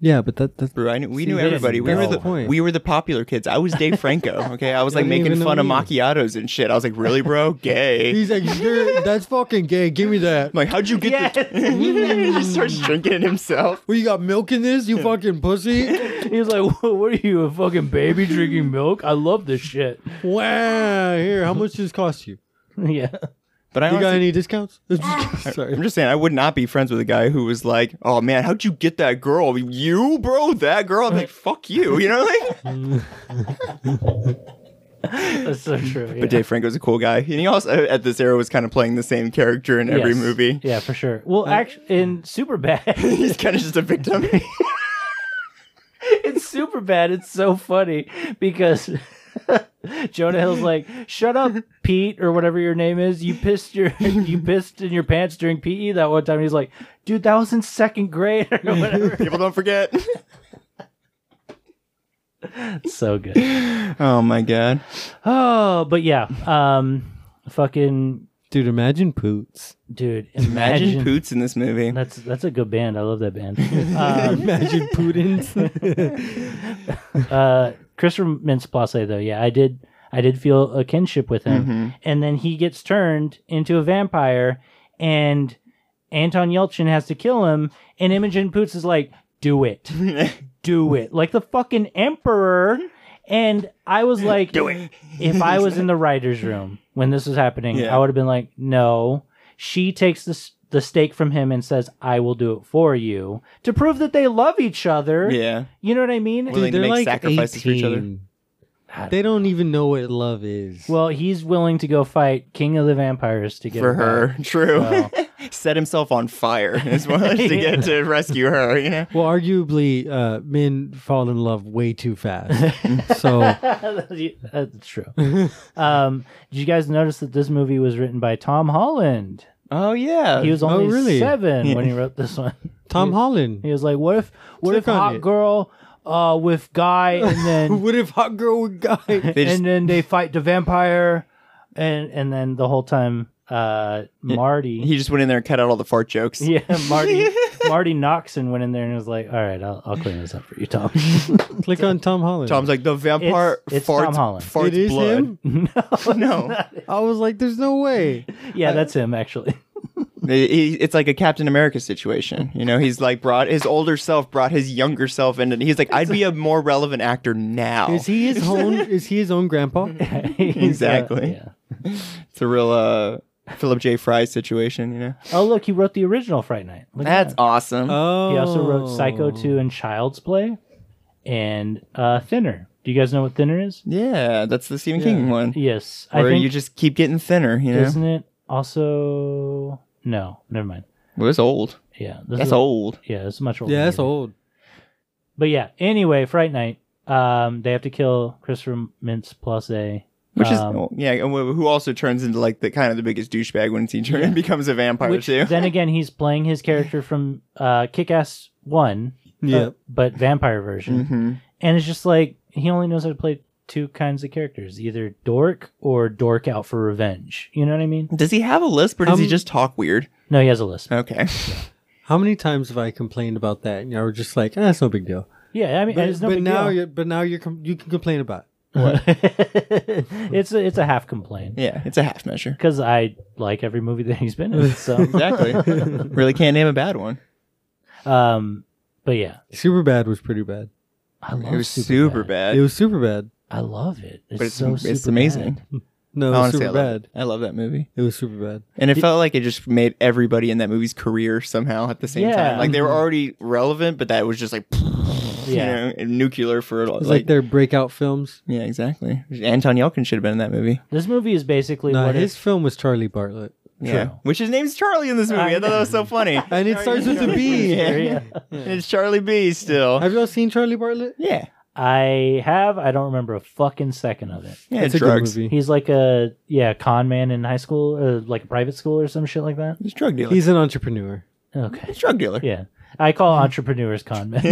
Yeah, but that that's
Bro, I knew, we
See,
knew
that's-
everybody. We
that's
were
the
the
point.
we were the popular kids. I was
(laughs)
Dave Franco. Okay, I was like
didn't
making
even know
fun of
you.
macchiatos and shit. I was like, really,
(laughs)
bro, gay.
He's like, "You're- that's fucking gay. Give me that.
I'm like, how'd you get? The- (laughs) he just starts drinking it himself.
Well, you got milk in this, you fucking
(laughs)
pussy.
He was like, "Wha- "What are you, a fucking baby drinking milk? I love this shit." (laughs)
Wow. Here, how much does this cost you?
yeah.
But I
You got
honestly-
any discounts? (laughs)
I'm
Sorry.
just saying, I would not be friends with a guy who was like, "Oh man, how'd you get that girl? You, bro, that girl." I'm like, "Fuck you," you know.
(laughs)
Like,
That's so true. yeah.
but Dave Franco's a cool guy, and he also at this era was kind of playing the same character in every
Yes.
movie. Uh,
Yeah, for sure. Well, actually, in super bad,
(laughs) He's kind of just a
(laughs)
victim.
it's super bad. It's so funny because (laughs) Jonah Hill's like, "Shut up, Pete, or whatever your name is. You pissed your (laughs) you pissed in your pants during PE that one time." He's like, "Dude, that was in second grade (laughs) or whatever."
People don't forget.
so good.
Oh my god.
(laughs) Oh, but yeah, um, fucking
Dude, imagine poots.
dude,
Imagine,
imagine.
Poots in this movie.
that's that's a good band. I love that (laughs) band. Um,
Imagine pootins.
uh Christopher Mintz Plasse though, yeah, I did I did feel a kinship with him. And then he gets turned into a vampire and Anton Yelchin has to kill him and Imogen Poots is like, "Do it. Do it." Like the fucking emperor. And I was like, "Do it." If I was in the writers room when this was happening,
Yeah.
I would have been like, "No." She takes the s- the stake from him and says, "I will do it for you," to prove that they love each other.
yeah.
You know what I mean?
Willing to
They're
make
like
sacrifices for each other.
18. They don't even know what love is.
Well, he's willing to go fight King of the Vampires to get
For
it
her. (laughs)
back.
True.
Wow.
Set himself on fire (laughs) as well
(laughs)
to get to rescue her, you know?
Well, arguably, uh, men fall in love way too fast. so
(laughs) That's true. um, did you guys notice that this movie was written by Tom Holland?
Oh yeah.
He was
Oh,
only
really?
seven when he wrote this one. (laughs)
Tom Holland.
He was like, "What if? What if
Click on
hot
it.
girl uh, with guy,
(laughs)
and then
What if hot girl would guy?
They just-
and then they fight the vampire, and and then the whole time uh, Marty."
he just went in there and cut out all the fart jokes.
(laughs) yeah,
(laughs)
Marty Marty Noxon went in there and was like, "All right, I'll, I'll clean this up for
(laughs)
you, Tom." (laughs)
Click on Tom Holland.
Tom's like the vampire
It's- it's
farts,
Tom Holland.
farts
it is
blood.
him.
(laughs) No,
I was like, there's no way.
yeah, that's him actually.
He- he- it's like a Captain America situation. You know, he's like brought his older self, brought his younger self in, and he's like, I'd be a more relevant actor now.
Is he his own? is he his own grandpa?
(laughs) He's, uh,
Exactly.
yeah.
It's a real uh, Philip J. Fry situation. You know,
Oh, look, he wrote the original Fright Night. Look at
that's awesome.
Oh,
that. He also wrote Psycho 2 and Child's Play and uh, Thinner. Do you guys know what Thinner is?
yeah, that's the Stephen King one.
Yes. I
Where
think,
you just keep getting thinner, you know?
isn't it also... No, never mind.
Well, it's old.
Yeah. This
That's
is,
old.
Yeah, it's much older.
Yeah, that's
than-
old.
But yeah, anyway, Fright Night. Um, they have to kill Christopher Mintz plus A.
Which is
Um,
oh, yeah, and wh- who also turns into like the kind of the biggest douchebag when he turns (laughs) becomes a vampire
Which,
too.
then again, he's playing his character from uh, Kick-Ass 1,
Yeah.
but, but vampire version.
hmm
and it's just like he only knows how to play two kinds of characters either dork or dork out for revenge you know what i mean
(laughs) Does he have a lisp or does he
Um,
just talk weird?
no he has a list
Okay,
How many times have I complained about that? And y'all were just like, "Ah, it's no big deal."
yeah i mean
But,
it's no
but
big
now,
deal.
you're, but now you're com- you can complain about. It.
(laughs) it's a, it's a half complaint
yeah, it's a half measure.
because i like every movie that
(laughs)
he's been in so
Exactly. really can't name a bad one.
um but yeah
Super bad was pretty bad.
i love
It was super bad,
It was super bad.
i love it it's
but it's
so
it's
Superbad.
amazing.
No, it was
Honestly, I
super
love
bad.
it. I love that movie.
It was super bad.
And it felt like it just made everybody in that movie's career somehow at the same
Yeah.
time. Like they were already relevant, but that was just like (laughs)
yeah
you know, nuclear for
It was like,
like,
their breakout films.
yeah, exactly. Anton Yelkin should have been in that movie.
this movie is basically
No,
what
his
if-
film was Charlie Bartlett,
Yeah. Which his name's Charlie in this movie. I, thought that was so funny.
and it starts with a (laughs) B.
Yeah.
It's Charlie B still.
Have y'all seen Charlie Bartlett?
Yeah.
i have i don't remember a fucking second of it
Yeah,
It's a good
drugs.
movie.
He's like a yeah con man in high school, or like a private school or some shit like that.
He's a drug dealer. He's,
He's an entrepreneur.
Okay,
a drug dealer.
yeah. I
(laughs)
call entrepreneurs con men.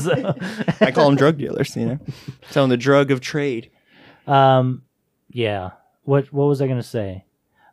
so,
I call them drug dealers, you know. Selling the drug of trade.
um, yeah. What what was I gonna say?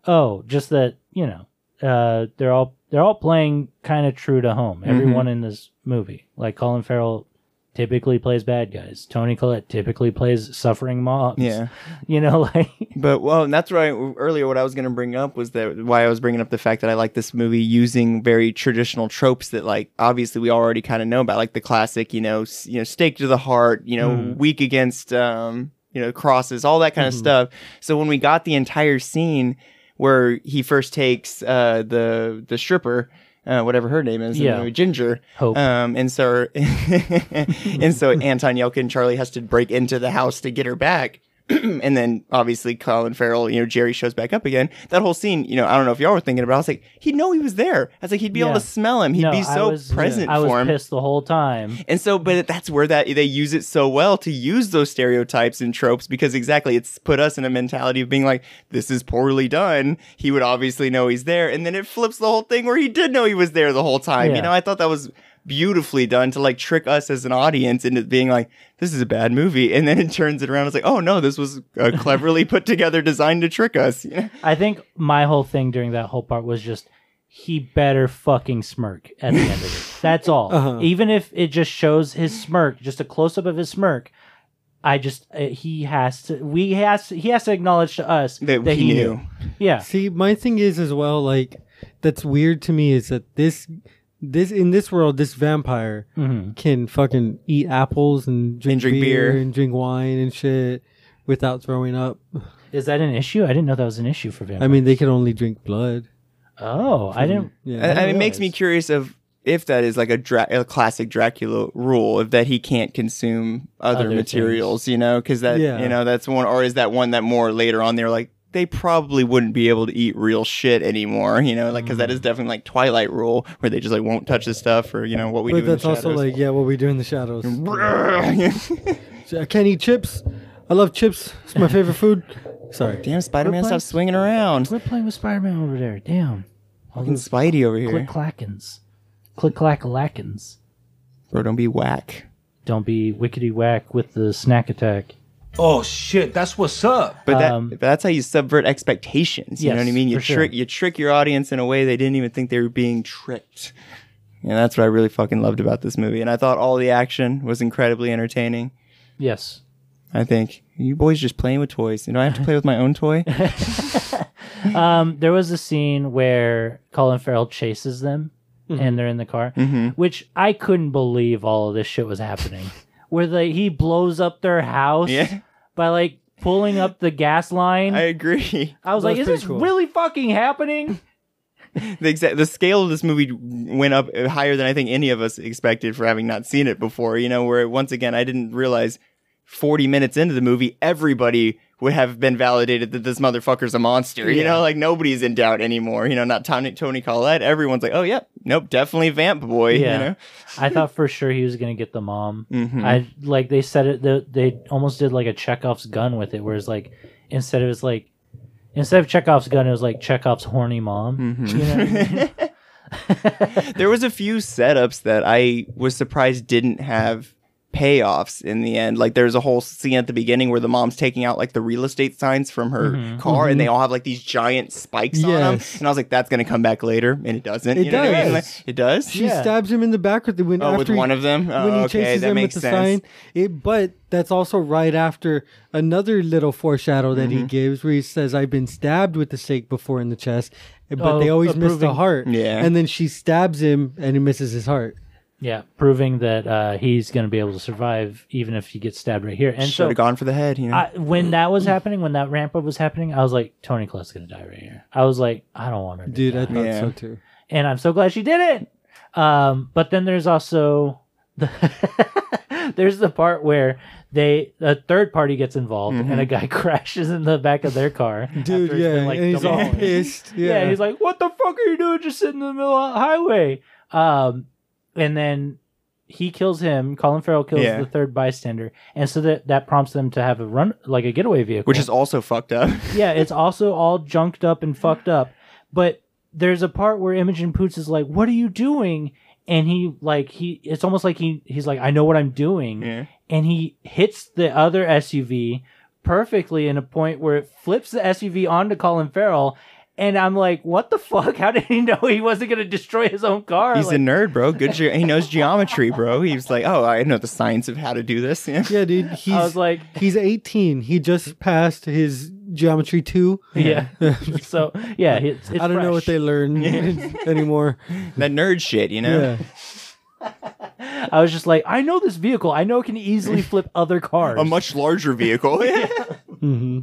Oh, just that you know, uh, they're all they're all playing kind of true to
Mm-hmm.
home. Everyone in this movie, like Colin Farrell, typically plays bad guys. Tony Collette typically plays suffering moms.
Yeah.
(laughs) you know, like
But well, and that's right. Earlier, what I was going to bring up was that why I was bringing up the fact that I like this movie using very traditional tropes that, like, obviously we already kind of know about, like the classic, you know, s- you know, stake to the heart, you know, weak against, um, you know, crosses, all that kind of stuff. So when we got the entire scene where he first takes uh, the the stripper, uh, whatever her name is, in the
Yeah.
movie, Ginger,
Hope.
um, and so (laughs) and
(laughs)
so Anton Yelkin Charlie has to break into the house to get her back. (clears throat) and then obviously Colin Farrell, you know, Jerry shows back up again. That whole scene, you know, I don't know if y'all were thinking about. it. I was like, he'd know he was there. I was like, he'd be
Yeah.
able to smell him. He'd
no,
be
I
so
was,
present
I was
for him.
pissed the whole time.
And so, but that's where that they use it so well to use those stereotypes and tropes because exactly it's put us in a mentality of being like, this is poorly done. He would obviously know he's there. And then it flips the whole thing where he did know he was there the whole time.
Yeah.
You know, I thought that was beautifully done to like trick us as an audience into being like, this is a bad movie. And then it turns it around. It's like, oh no, this was uh, cleverly (laughs) put together, designed to trick us. (laughs) You know?
I think my whole thing during that whole part was just he better fucking smirk at the end
(laughs)
of it. That's all.
Uh-huh.
Even if it just shows his smirk, just a close up of his smirk, I just uh, he has to we has to, he has to acknowledge to us
That, he, knew.
Yeah.
See, my thing is as well, like that's weird to me is that this this in this world, this vampire
hmm
can fucking eat apples and drink,
Mm-hmm. drink
beer,
beer.
and drink wine and shit without throwing up.
Is that an issue? I didn't know that was an issue for vampires.
I mean, they can only drink blood.
oh, I didn't.
I,
Yeah.
I
didn't
mean, it makes me
realize.
curious of if that is like a, dra- a classic Dracula rule, if that he can't consume other,
Other
materials, you know, because that
Yeah.
you know that's one, or is that one that more later on they're like they probably wouldn't be able to eat real shit anymore, you know, like because that is definitely like Twilight rule where they just like won't touch the stuff or you know what we
but
do. in
that's
the
also like, yeah, what we do in
(laughs)
the shadows.
shadows.
So I can't eat chips. I love chips. It's
(laughs)
my favorite food. Sorry.
(laughs) Damn, Spider Man, stop swinging around.
We're playing with Spider Man over there. Damn. All
Fucking
those
Spidey over here,
click clackins, click clack lackins.
bro. Don't be whack.
Don't be wickety whack with the snack attack.
Oh shit, that's what's up.
But that
Um,
but that's how you subvert expectations. You know
Yes,
what I mean? You
for sure.
trick you trick your audience in a way they didn't even think they were being tricked. And that's what I really fucking loved about this movie. And I thought all the action was incredibly entertaining.
Yes.
I think you boys just playing with toys. You know, I have to play with my own
(laughs)
toy.
Um, there was a scene where Colin Farrell chases them,
Mm-hmm.
and they're in the car,
Mm-hmm.
which I couldn't believe all of this shit
(laughs)
was happening. where they he blows up their house
Yeah.
by like pulling up the gas line.
I
I,
agree.
was
That
like,
was
is
pretty
this
cool.
really fucking
(laughs)
happening?
The exact the scale of this movie went up higher than I think any of us expected for having not seen it before. You know, where once again I didn't realize 40 minutes into the movie everybody would have been validated that this motherfucker's a monster. You know, like nobody's in doubt anymore. You know, not Tony Tony Collette. Everyone's like, "Oh, yep. Nope, definitely vamp boy."
Yeah.
You know.
I thought for sure he was gonna get the mom.
Mhm.
I like they said it. They, they almost did like a Chekhov's gun with it, where it's like instead of it's like instead of Chekhov's gun, it was like Chekhov's horny mom.
Mm-hmm.
You know what I mean?
there was a few setups that I was surprised didn't have payoffs in the end. Like there's a whole scene at the beginning where the mom's taking out like the real estate signs from her car and they all have like these giant spikes on them.
Yes.
And I was like, that's gonna come back later. And it doesn't.
It
you know what I mean?
does.
Like, it does?
She stabs him in the back with the when
Oh,
after
with
he-
one of them? Oh,
when he
okay,
chases
that
him with
makes
the
sense.
sign. It, but that's also right after another little foreshadow that
Mm-hmm.
he gives, where he says, "I've been stabbed with the stake before in the chest, but
Oh,
they always miss the
approving.
heart."
Yeah.
and then she stabs him, and he misses his heart.
Yeah, proving that uh, he's going to be able to survive even if he gets stabbed right here. And
Should
so,
have gone for the head, you know.
I, when that was happening, when that ramp up was happening, I was like, Tony Collette's going to die right here. I was like, I don't want her, to
Dude,
die.
I thought
Yeah.
so too.
and I'm so glad she did it. Um, but then there's also the (laughs) there's the part where they a third party gets involved and a guy (laughs) crashes in the back of their car.
Mm-hmm. Dude,
after it's
yeah,
been, like,
and he's all
demolished.
pissed.
Yeah.
Yeah,
he's like, "What the fuck are you doing? Just sitting in the middle of the highway." Um, and then he kills him. Colin Farrell kills
Yeah.
the third bystander, and so that that prompts them to have a run like a getaway vehicle,
which is also fucked up.
yeah, it's also all junked up and fucked up. But there's a part where Imogen Poots is like, "What are you doing?" And he like he it's almost like he he's like, "I know what I'm doing."
Yeah.
And he hits the other SUV perfectly in a point where it flips the SUV onto Colin Farrell And I'm like, what the fuck? How did he know he wasn't going to destroy his own car?
He's
Like,
a nerd, bro. Good. Ge- he knows geometry, bro. He's like, oh, I know the science of how to do this. (laughs) Yeah.
Yeah, dude. He's
I was like,
he's 18. He just passed his geometry two.
yeah. (laughs) so, yeah, it's, it's
I don't know what they
fresh.
learn (laughs) anymore.
That nerd shit, you know.
Yeah.
I was just like, I know this vehicle. I know it can easily flip other cars.
A much larger vehicle. (laughs) yeah.
hmm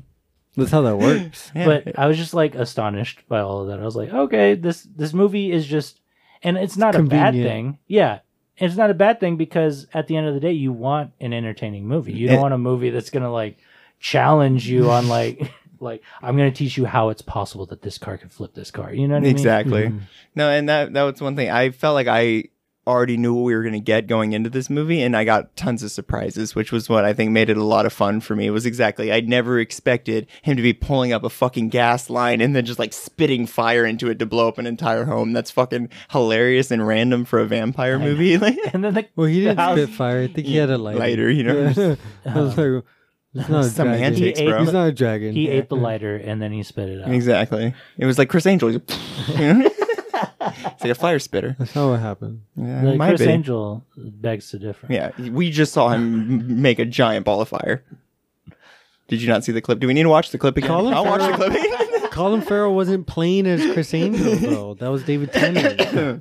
That's how that works.
but I was just like astonished by all of that. I was like, okay, this this movie is just, and it's not a bad
convenient.
thing. Yeah, it's not a bad thing because at the end of the day, you want an entertaining movie. You don't
It-
want a movie that's gonna like challenge you on like like I'm gonna teach you how it's possible that this car can flip this car. You know what
exactly.
Mhm.
No, and that that was one thing. I felt like I already knew what we were going to get going into this movie, and I got tons of surprises, which was what I think made it a lot of fun for me. It was exactly I never expected him to be pulling up a fucking gas line and then just like spitting fire into it to blow up an entire home. That's fucking hilarious and random for a vampire movie. (laughs) Like,
I mean? And then the
(laughs) Well, he didn't
How's-
spit fire. I think he had a lighter.
Lighter, you know?
Yeah. (laughs) I was like, he's not a
Some
dragon.
antics,
He ate-
bro.
He's not a dragon.
he ate the lighter and then he spit it out.
Exactly. It was like Chris Angel. He's like, (laughs) you know? it's like a fire spitter.
That's not what happened.
Yeah,
The
might
Chris
be.
Angel begs to differ.
Yeah, we just saw him make a giant ball of fire. Did you not see the clip? Do we need to watch the clip again?
Colin
I'll watch the
Farrell-
clip again.
(laughs) Colin Farrell wasn't playing as Chris Angel, though. That was David Tennant.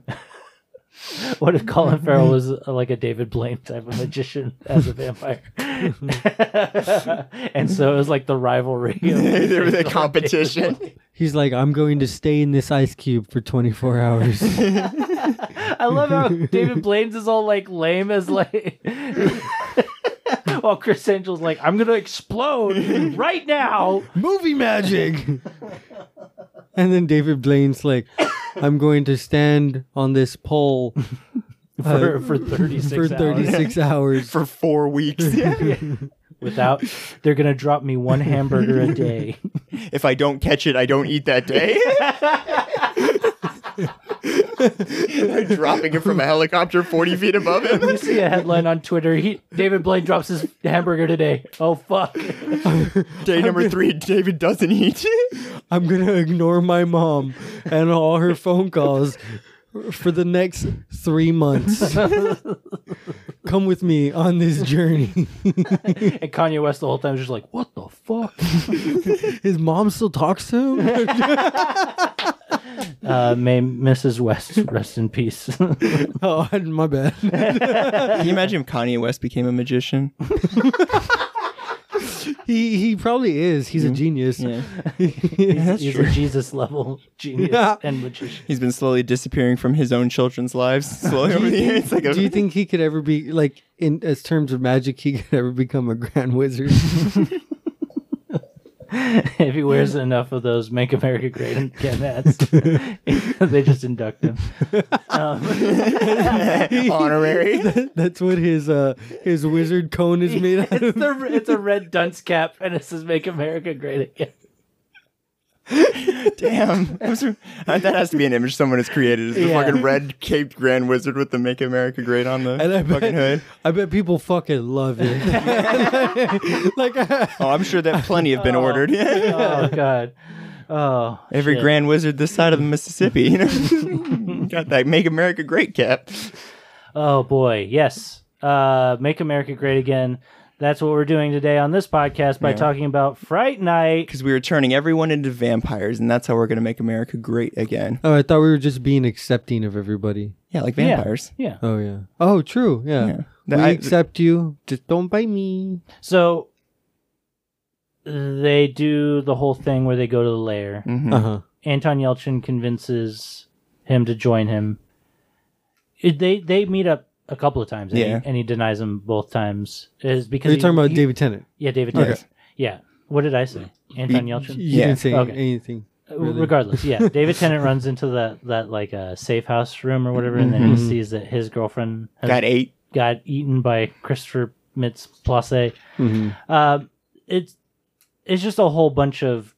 What if Colin Farrell was uh, like a David Blaine type of magician as a vampire? (laughs) and so it was like the rivalry.
(laughs)
Of
there was a competition.
He's like, I'm going to stay in this ice cube for 24 hours.
I love how David Blaine's is all like lame as like. (laughs) While Chris Angel's like, I'm gonna explode right now.
Movie magic! (laughs) and then David Blaine's like, I'm going to stand on this pole
For,
Uh,
for 36
for 36
(laughs)
hours.
for four (laughs) weeks.
hours (laughs) without they're gonna drop me one hamburger a day (laughs)
if I don't catch it, I don't eat that (laughs) day. They're dropping it from a helicopter 40 feet above
you
him.
see a headline on twitter he, david blaine drops his hamburger today oh fuck
(laughs) Day number three, David doesn't eat.
I'm going to ignore my mom and all her phone calls for the next three months. Come with me on this journey.
And Kanye West the whole time is just like, what the fuck?
His mom still talks to him?
Uh, may Mrs. (laughs) West rest in peace.
oh, my bad.
Can you imagine if Kanye West became a magician?
He he probably is. He's a genius. (laughs)
he's he's a Jesus level genius
Yeah.
and magician. (laughs)
He's been slowly disappearing from his own children's lives (laughs) slowly over the years. It's like a-
Do you think he could ever be like in as terms of magic? He could ever become a grand wizard? (laughs)
if he wears enough of those Make America Great Again (laughs) hats, they just induct him.
(laughs) honorary?
That's what his uh his wizard cone is made out
(laughs) It's,
of.
the, it's a red dunce cap and it says Make America Great Again.
Damn, Those are- uh, that has to be an image someone has created. Is the
Yeah.
fucking red caped Grand Wizard with the "Make America Great" on the
And I
fucking hood?
bet, I bet people fucking love it. (laughs) like
Oh, I'm sure that plenty
(laughs)
have been ordered. (laughs)
(laughs) Oh, God. Oh,
Every
shit.
Grand Wizard this side of the Mississippi, you know,
(laughs)
got that "Make America Great" cap.
Oh boy, yes. Uh, Make America Great Again. That's what we're doing today on this podcast by talking about Fright Night.
Because we were turning everyone into vampires, and that's how we're gonna make America great again.
oh, I thought we were just being accepting of everybody.
Yeah, like vampires.
Yeah. yeah.
Oh yeah. Oh, true. Yeah.
Yeah.
We
I-
accept you. Just don't bite me.
So they do the whole thing where they go to the lair.
Mhm.
Uh huh.
Anton Yelchin convinces him to join him. It- They they meet up a couple of times, and,
Yeah.
he, and he denies them both times. Is
Are
because
you talking
he-
about
he-
David Tennant?
Yeah, David.
Okay.
Tennant. Yeah. What did I say? Anton Yelchin.
You
Yeah.
didn't say
Okay.
anything. Really?
regardless
(laughs)
yeah david tennant runs into that that like uh, safe house room or whatever and
Mm-hmm.
then he sees that his girlfriend has
Got
got,
eight.
eaten by christopher mitz place
Mm-hmm.
Um, it's it's just a whole bunch of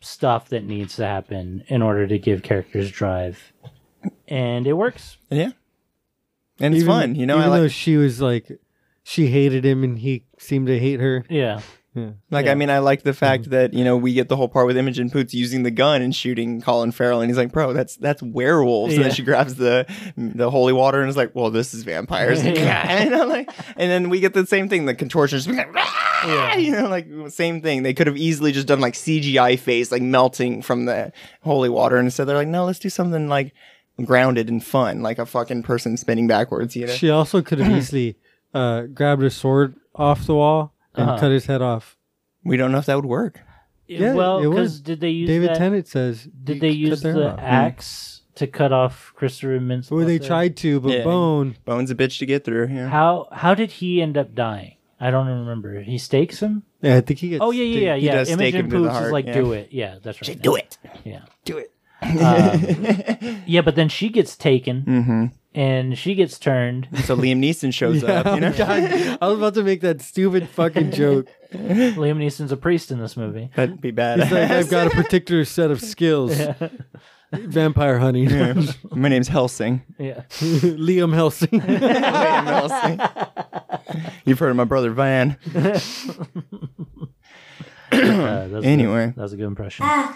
stuff that needs to happen in order to give characters drive and it works
Yeah, and it's fun. You know, I
even
like.
though she was like, she hated him and he seemed to hate her.
yeah Mm-hmm.
Yeah.
Like, I mean, I like the fact that you know we get the whole part with Imogen Poots using the gun and shooting Colin Farrell, and he's like, "Bro, that's that's werewolves." And then
Yeah.
she grabs the the holy water and is like, "Well, this is vampires."
(laughs) Yeah.
(laughs) and I'm like, and then we get the same thing. The contortionist, (laughs) being like, "Rah!" you know, like same thing. They could have easily just done like CGI face, like melting from the holy water, and instead they're like, "No, let's do something like." Grounded and fun, like a fucking person spinning backwards, you know.
She also
(clears throat)
could have easily uh, grabbed her sword off the wall and
Uh-huh.
cut his head off.
We don't know if that would work.
Yeah,
well,
it
because
was.
did they use
David
that,
Tennant says,
Did
you
they
cut
use
their head
the
off.
axe to cut off Christopher Mintz?
Well, they tried to, but
Yeah.
Bone.
Bone's a bitch to get through. Yeah.
How how did he end up dying? I don't remember. He stakes him.
Yeah, I think he gets.
Oh yeah, yeah, yeah.
he
yeah.
does stake
Imogen
him to the
Poots is
heart,
like,
yeah.
do it. Yeah, that's right.
it.
Yeah.
Do it.
Um, yeah, but then she gets taken
Mm-hmm.
and she gets turned. (laughs)
So Liam Neeson shows
(laughs) Yeah,
up. You know?
God, I was about to make that stupid fucking joke.
Liam Neeson's a priest in this movie.
That'd be
It's like I've
badass. (laughs)
got a particular set of skills. Vampire hunting.
(laughs) My name's Helsing.
Yeah.
(laughs) Liam Helsing.
Liam Helsing. You've heard of my brother Van.
Uh, that was a good-
Anyway.
that was a good impression.
Uh,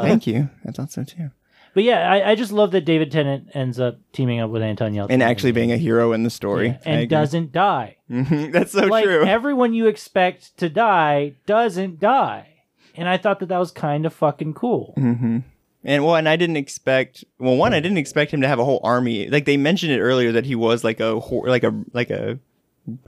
Thank you. I thought so too.
But yeah, I, I just love that David Tennant ends up teaming up with Anton Yelchin
And actually being a hero in the story. I agree.
and doesn't die.
Mhm, (laughs) That's so
like
true. (laughs)
everyone you expect to die doesn't die. And I thought that that was kind of fucking cool.
Mm-hmm. And well, and I didn't expect. Well, one, I didn't expect him to have a whole army. Like they mentioned it earlier that he was like a whor- like a like a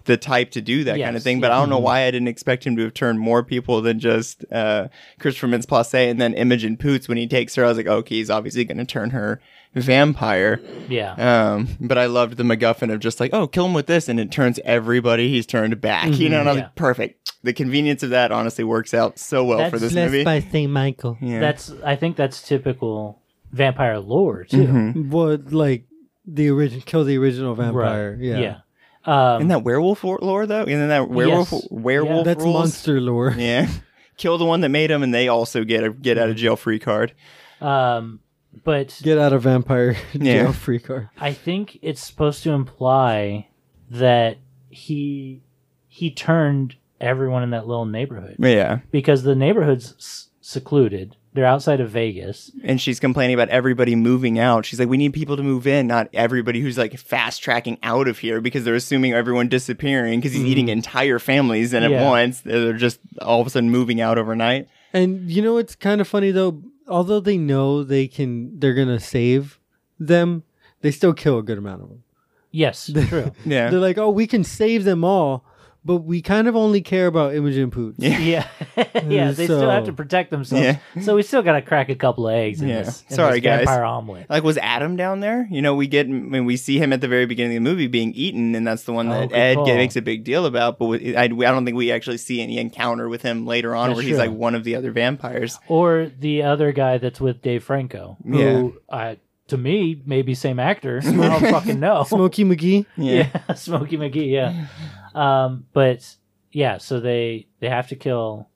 the type to do that kind of
Yes, Mm-hmm.
thing. But I
yeah.
don't know why I didn't expect him to have turned more people than just uh, Christopher Mintz Plasse and then Imogen Poots when he takes her. I was like, okay, he's obviously going to turn her vampire.
Yeah.
Um, but I loved the MacGuffin of just like, oh, kill him with this, and it turns everybody he's turned back. You know, and I was
Mm-hmm. Yeah.
like, perfect. The convenience of that honestly works out so well for
That's
this movie.
St. Michael.
yeah.
That's I think that's typical vampire lore too.
Mm-hmm. Hmm.
Well, like the original, kill the original vampire. Yeah.
Yeah. Um,
Isn't that werewolf lore- lore though? Isn't that werewolf
Yes.
werewolf?
Yeah.
That's
rules?
monster lore.
Yeah, (laughs) kill the one that made him, and they also get a get out of jail free card.
um, but
(laughs) Get out of vampire (laughs)
Yeah.
jail free card.
I think it's supposed to imply that he he turned everyone in that little neighborhood
Yeah,
because the neighborhood's s- secluded. They're outside of Vegas.
and she's complaining about everybody moving out. She's like, "We need people to move in, not everybody who's like fast tracking out of here because they're assuming everyone disappearing because he's eating entire families and at
Mm. Yeah.
once they're just all of a sudden moving out overnight."
And you know what's kind of funny though? Although they know they can, they're gonna save them. They still kill a good amount of them.
Yes,
(laughs)
true.
Yeah,
They're like, oh, we can save them all, but we kind of only care about Imogen Poots.
Yeah.
(laughs) yeah, (laughs) yeah. They still have to
So-
protect themselves. So we still got to crack a couple of eggs in
Yeah.
this. in
Sorry,
this
guys.
Vampire omelet.
Like was Adam down there? You know, we get when we see him at the very beginning of the movie being eaten, and that's the one
Oh,
that
good
Ed
call.
get, makes a big deal about. But we- I, I don't think we actually see any encounter with him later on,
That's
where
true.
he's like one of the other vampires.
Or the other guy that's with Dave Franco, who
Yeah.
uh, to me maybe same actor. I don't fucking know.
(laughs) Smokey McGee.
Yeah,
(laughs) yeah, Smokey McGee. Yeah, um, but yeah. So they they have to kill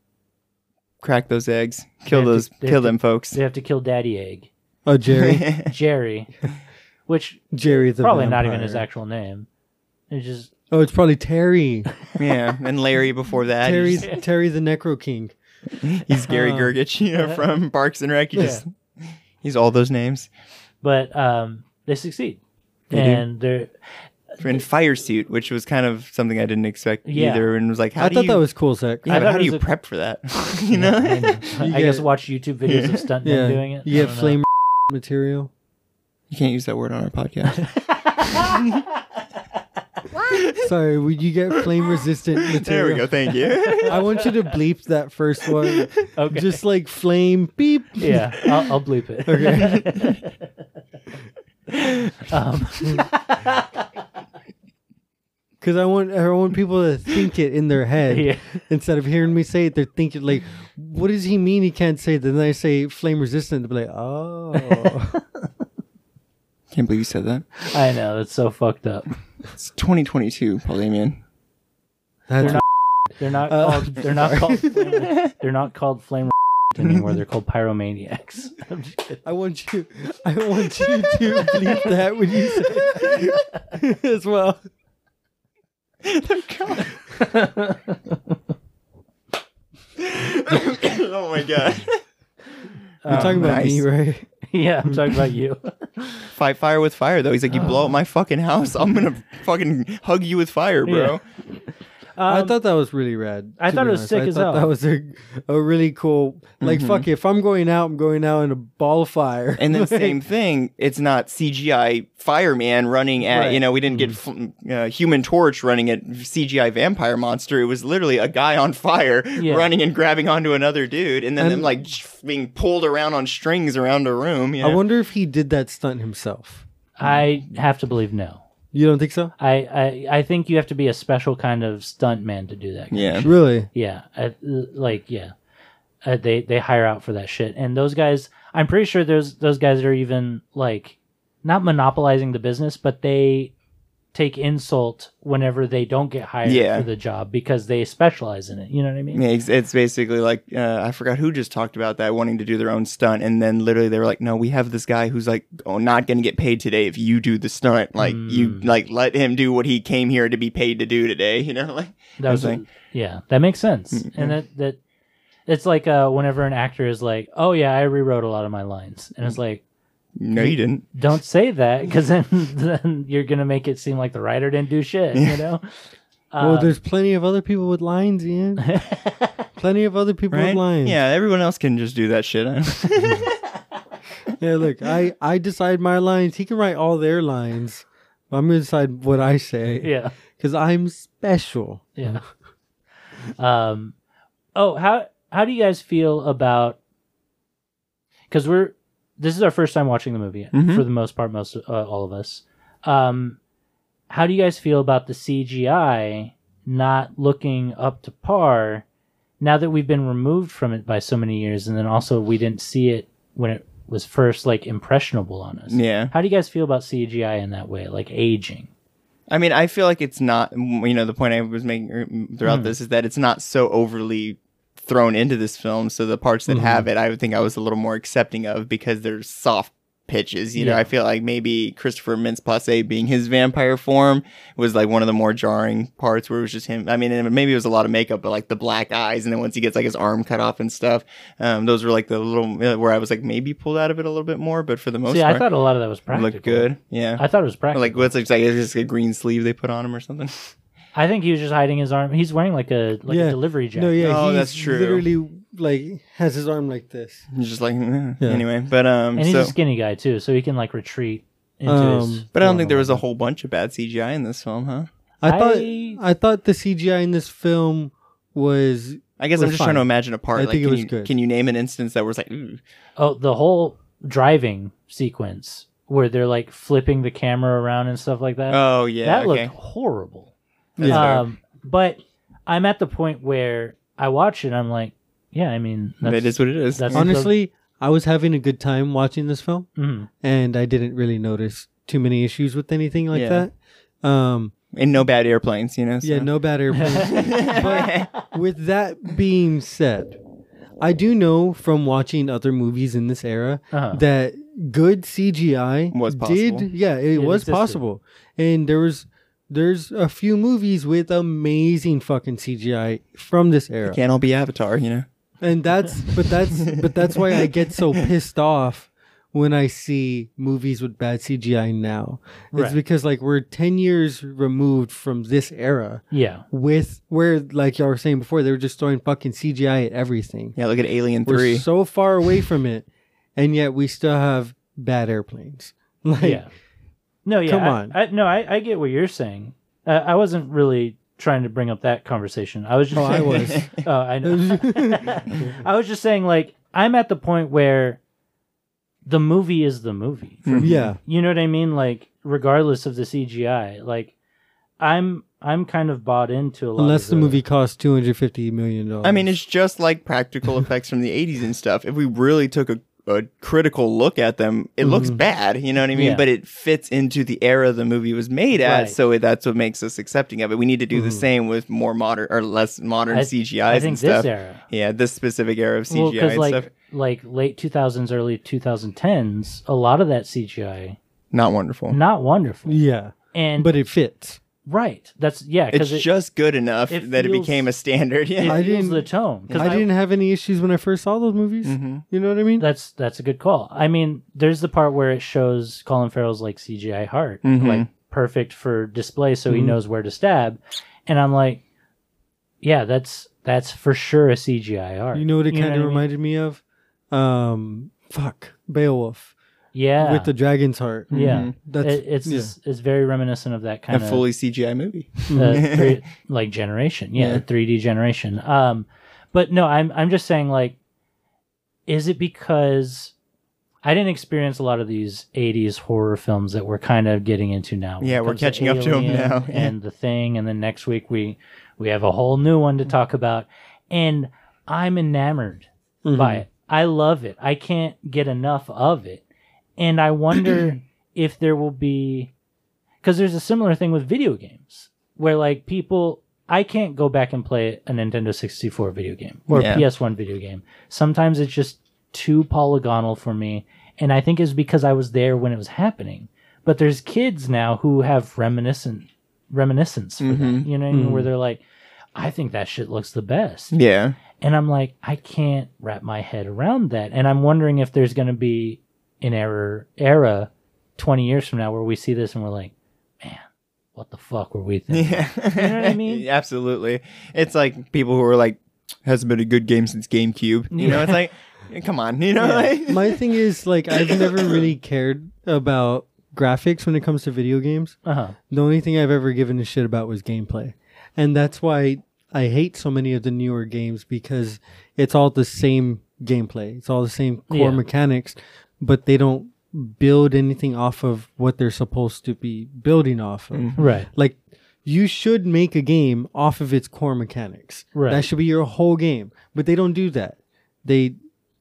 crack those eggs, kill
They have
those,
to- they
kill
have to-
them folks.
they have to kill Daddy Egg
Oh, Jerry.
(laughs)
Jerry, which
Jerry the
probably not
vampire.
even his actual name. It's just
Oh, it's
(laughs)
probably Terry.
yeah, and Larry before that, you
Terry,
just-
Terry the Necro King.
he's Gary
(laughs)
Oh.
Gergich, you know, from Parks and Rec. You
Yeah.
just he's all those names.
but um, they succeed,
They do.
and
(laughs)
they're
In fire suit, which was kind of something I didn't expect
Yeah.
either, and was like, how
I
do
thought
you?
that was cool, Zach.
yeah,
I
but
thought
how
it
do
was
you
a-
prep for that? (laughs) you know.
I
get-
guess watch YouTube videos of stuntmen
Yeah,
doing it.
you get
I don't know.
flame (laughs) material.
You can't use that word on our podcast.
Sorry, would you get flame resistant material?
(laughs) there we go. Thank you.
I want you to bleep that first one.
(laughs) Okay.
Just like flame beep.
Yeah, I'll, I'll bleep it. um,
Because I want I want people to think it in their head
(laughs) Yeah.
instead of hearing me say it. They're thinking like, "What does he mean? He can't say." It? Then I say flame resistant. They'll be like,
(laughs)
"Oh,
(laughs) Can't believe you said that.
(laughs) I know that's so fucked up.
It's 2022, Paul Damien.
that's
They're not
Uh,
called. They're not called. Flame, (laughs) they're not called flame anymore. They're called pyromaniacs. (laughs) I'm just kidding.
(laughs) I want you. I want you to believe that when you say (laughs) it as well.
(laughs) oh my god!
You're
Oh,
talking about
nice.
me, right?
yeah, I'm talking
(laughs)
about you.
(laughs) Fight fire with fire though. He's like, you blow up my fucking house, I'm gonna fucking hug you with fire, bro.
I
Um,
thought that was really rad.
I
to
thought
be
it was
honest.
sick
I
as
thought
hell. Mm-hmm.
That was a, a really cool. Like fuck, it, if I'm going out, I'm going out in a ball of fire.
(laughs) And then
(laughs) Like,
same thing. It's not CGI fireman running at
Right. Mm-hmm.
you know we didn't get fl- uh, Human Torch running at CGI vampire monster. It was literally a guy on fire
Yeah.
running and grabbing onto another dude, and then
And-
them like being pulled around on strings around a room. You
I
know?
wonder if he did that stunt himself.
I have to believe no.
You don't think so?
I, I I think you have to be a special kind of stunt man to do that.
yeah.
Really?
Yeah, I, like yeah, uh, they they hire out for that shit. And those guys, I'm pretty sure there's those guys are even like not monopolizing the business, but they take insult whenever they don't get hired
Yeah.
for the job because they specialize in it. You know what I mean?
Yeah, it's, it's basically like uh, I forgot who just talked about that wanting to do their own stunt, and then literally they were like, "No, we have this guy who's like, oh, not going to get paid today if you do the stunt. Like you like let him do what he came here to be paid to do today. (laughs) You know, like
that was
thing.
yeah that makes sense
Mm-hmm.
and that that it's like uh whenever an actor is like oh yeah i rewrote a lot of my lines and it's
Mm-hmm.
like
no, you didn't.
don't say that because then (laughs) then you're gonna make it seem like the writer didn't do shit you know Uh,
well,
Uh,
there's plenty of other people with lines, Ian.
(laughs)
plenty of other people
Right?
with lines.
Yeah, everyone else can just do that shit. (laughs) I don't-
Yeah, look, I, I decide my lines. He can write all their lines. I'm going to decide what I say.
(laughs) yeah
Because I'm special.
yeah um oh how how do you guys feel about because we're this is our first time watching the movie for the most part most uh, all of us um how do you guys feel about the cgi not looking up to par now that we've been removed from it by so many years and then also we didn't see it when it was first like impressionable on us
yeah.
how do you guys feel about cgi in that way like aging
I mean, I feel like it's not, you know, the point I was making er,
Hmm.
throughout this is that it's not so overly thrown into this film. So the parts that have
Hmm.
it, I would think I was a little more accepting of because they're soft pitches. You know,
Yeah.
I feel like maybe Christopher Mintz-Plasse being his vampire form was like one of the more jarring parts where it was just him. I mean, and maybe it was a lot of makeup, but like the black eyes. And then once he gets like his arm cut off and stuff, um, those were like the little uh, where I was like maybe pulled out of it a little bit more. But for the most
see
part,
i thought a lot of that was
it
practical
looked Oh, good. Yeah.
i thought it was practical
like what's it like? Is this a green sleeve they put on him or something? (laughs)
I think he was just hiding his arm. He's wearing like a like
yeah.
a delivery jacket.
No, yeah.
Oh,
he's
that's true.
literally, like, has his arm like this.
He's just like eh. anyway, but um,
and he's
so
a skinny guy too, so he can like retreat into his.
Um,
but I don't think there was a whole bunch of bad CGI in this film, huh?
I,
I-
thought I thought the CGI in this film was
I guess
It
I'm
was
just trying to
fine.
imagine a part.
I
like,
think it
can
was
you,
good.
Can you name an instance that was like, ooh,
Oh, the whole driving sequence where they're like flipping the camera around and stuff like that.
oh yeah,
that
okay.
looked horrible.
That's fair.
Um, but I'm at the point where I watch it. and I'm like, yeah, I mean, that's,
That is what it is.
that's-
Yeah.
honestly, I was having a good time watching this film.
mhm.
and I didn't really notice too many issues with anything like
Yeah.
that. Um,
and no bad airplanes, you know. So.
yeah,
(laughs)
no bad airplanes. but with that being said, I do know from watching other movies in this era
Uh-huh.
that good CGI
Was possible.
did yeah, it,
It
was
existed.
possible. And there was there's a few movies with amazing fucking CGI from this era.
Can't all be Avatar, you know.
And that's but that's but that's why I get
(laughs)
so pissed off when I see movies with bad CGI now.
Right.
It's because like we're 10 years removed from this era
yeah,
with where like y'all were saying before they were just throwing fucking CGI at everything.
Yeah, look at Alien
We're
Three.
so far away from it and yet we still have bad airplanes. (laughs) Like
yeah. No, yeah.
Come
I-
on.
I, no, I, I get what you're saying. Uh, I wasn't really trying to bring up that conversation. I was just.
Oh, I
saying-
was.
(laughs) oh, I know. I was just saying, like, I'm at the point where the movie is the movie. for
(laughs)
me.
yeah.
You know what I mean? Like, regardless of the CGI, like, I'm I'm kind of bought into a (laughs) lot.
Unless
of
the movie costs 250 million dollars.
I mean, it's just like
(laughs)
practical effects from the 80s and stuff. If we really took a, a critical look at them, it looks bad, you know what I mean?
Mm-hmm. Yeah.
But it fits into the era the movie was made at,
Right. Mm-hmm.
so that's what makes us accepting of it. We need to do the same with more modern or less modern
I-
CGIs
I think
and
this
stuff.
era.
Yeah, this specific era of
well,
CGI
because
and
like
stuff.
like late 2000s, early 2010s, a lot of that CGI
Not wonderful.
not wonderful.
yeah,
And
but it fits.
right. That's yeah.
It's
Because it,
just good enough
it
that it
feels-
became a standard. (laughs)
it
Yeah.
I
feels
didn't-
the tone.
I,
Because
didn't have any issues when I first saw those movies.
Mm-hmm.
You know what I mean?
that's that's a good call. I mean, there's the part where it shows Colin Farrell's like CGI heart,
Mhm.
like perfect for display, so
Mm-hmm.
he knows where to stab. And I'm like, yeah, that's that's for sure a CGI heart.
you know what it kind
what I
of
mean?
reminded me of? Um, fuck, Beowulf
Yeah,
with the dragon's heart.
yeah.
That's
It- it's
yeah.
it's very reminiscent of that
A
kind of
fully CGI movie.
uh,
(laughs)
three, like generation
Mm-hmm.
yeah,
Yeah.
3d generation um but no i'm i'm just saying like is it because i didn't experience a lot of these 80s horror films that we're kind of getting into now When
Yeah,
it
we're
comes
catching up to 'em
Alien
now. (laughs) Yeah.
and the thing and then next week we we have a whole new one to talk about and i'm enamored
Mm-hmm.
by it i love it i can't get enough of it and i wonder if there will be because there's a similar thing with video games where like people i can't go back and play a nintendo 64 video game or
Yeah.
a ps1 video game sometimes it's just too polygonal for me and i think it's because i was there when it was happening but there's kids now who have reminiscent reminiscence for that, you know what I mean? where they're like i think that shit looks the best
Yeah.
and I'm like, I can't wrap my head around that. And I'm wondering if there's going to be an error era 20 years from now where we see this and we're like, man, what the fuck were we thinking?
Yeah.
You know what I mean?
Absolutely. It's like people who are like, hasn't been a good game since GameCube. You know, it's like, come on, you know?
(laughs)
like-
my thing is like I've never really cared about graphics when it comes to video games.
Uh-huh.
The only thing I've ever given a shit about was gameplay. And that's why I hate so many of the newer games because it's all the same gameplay. It's all the same core
Yeah.
mechanics, but they don't build anything off of what they're supposed to be building off of.
Right.
Like you should make a game off of its core mechanics.
Right.
That should be your whole game. But they don't do that. They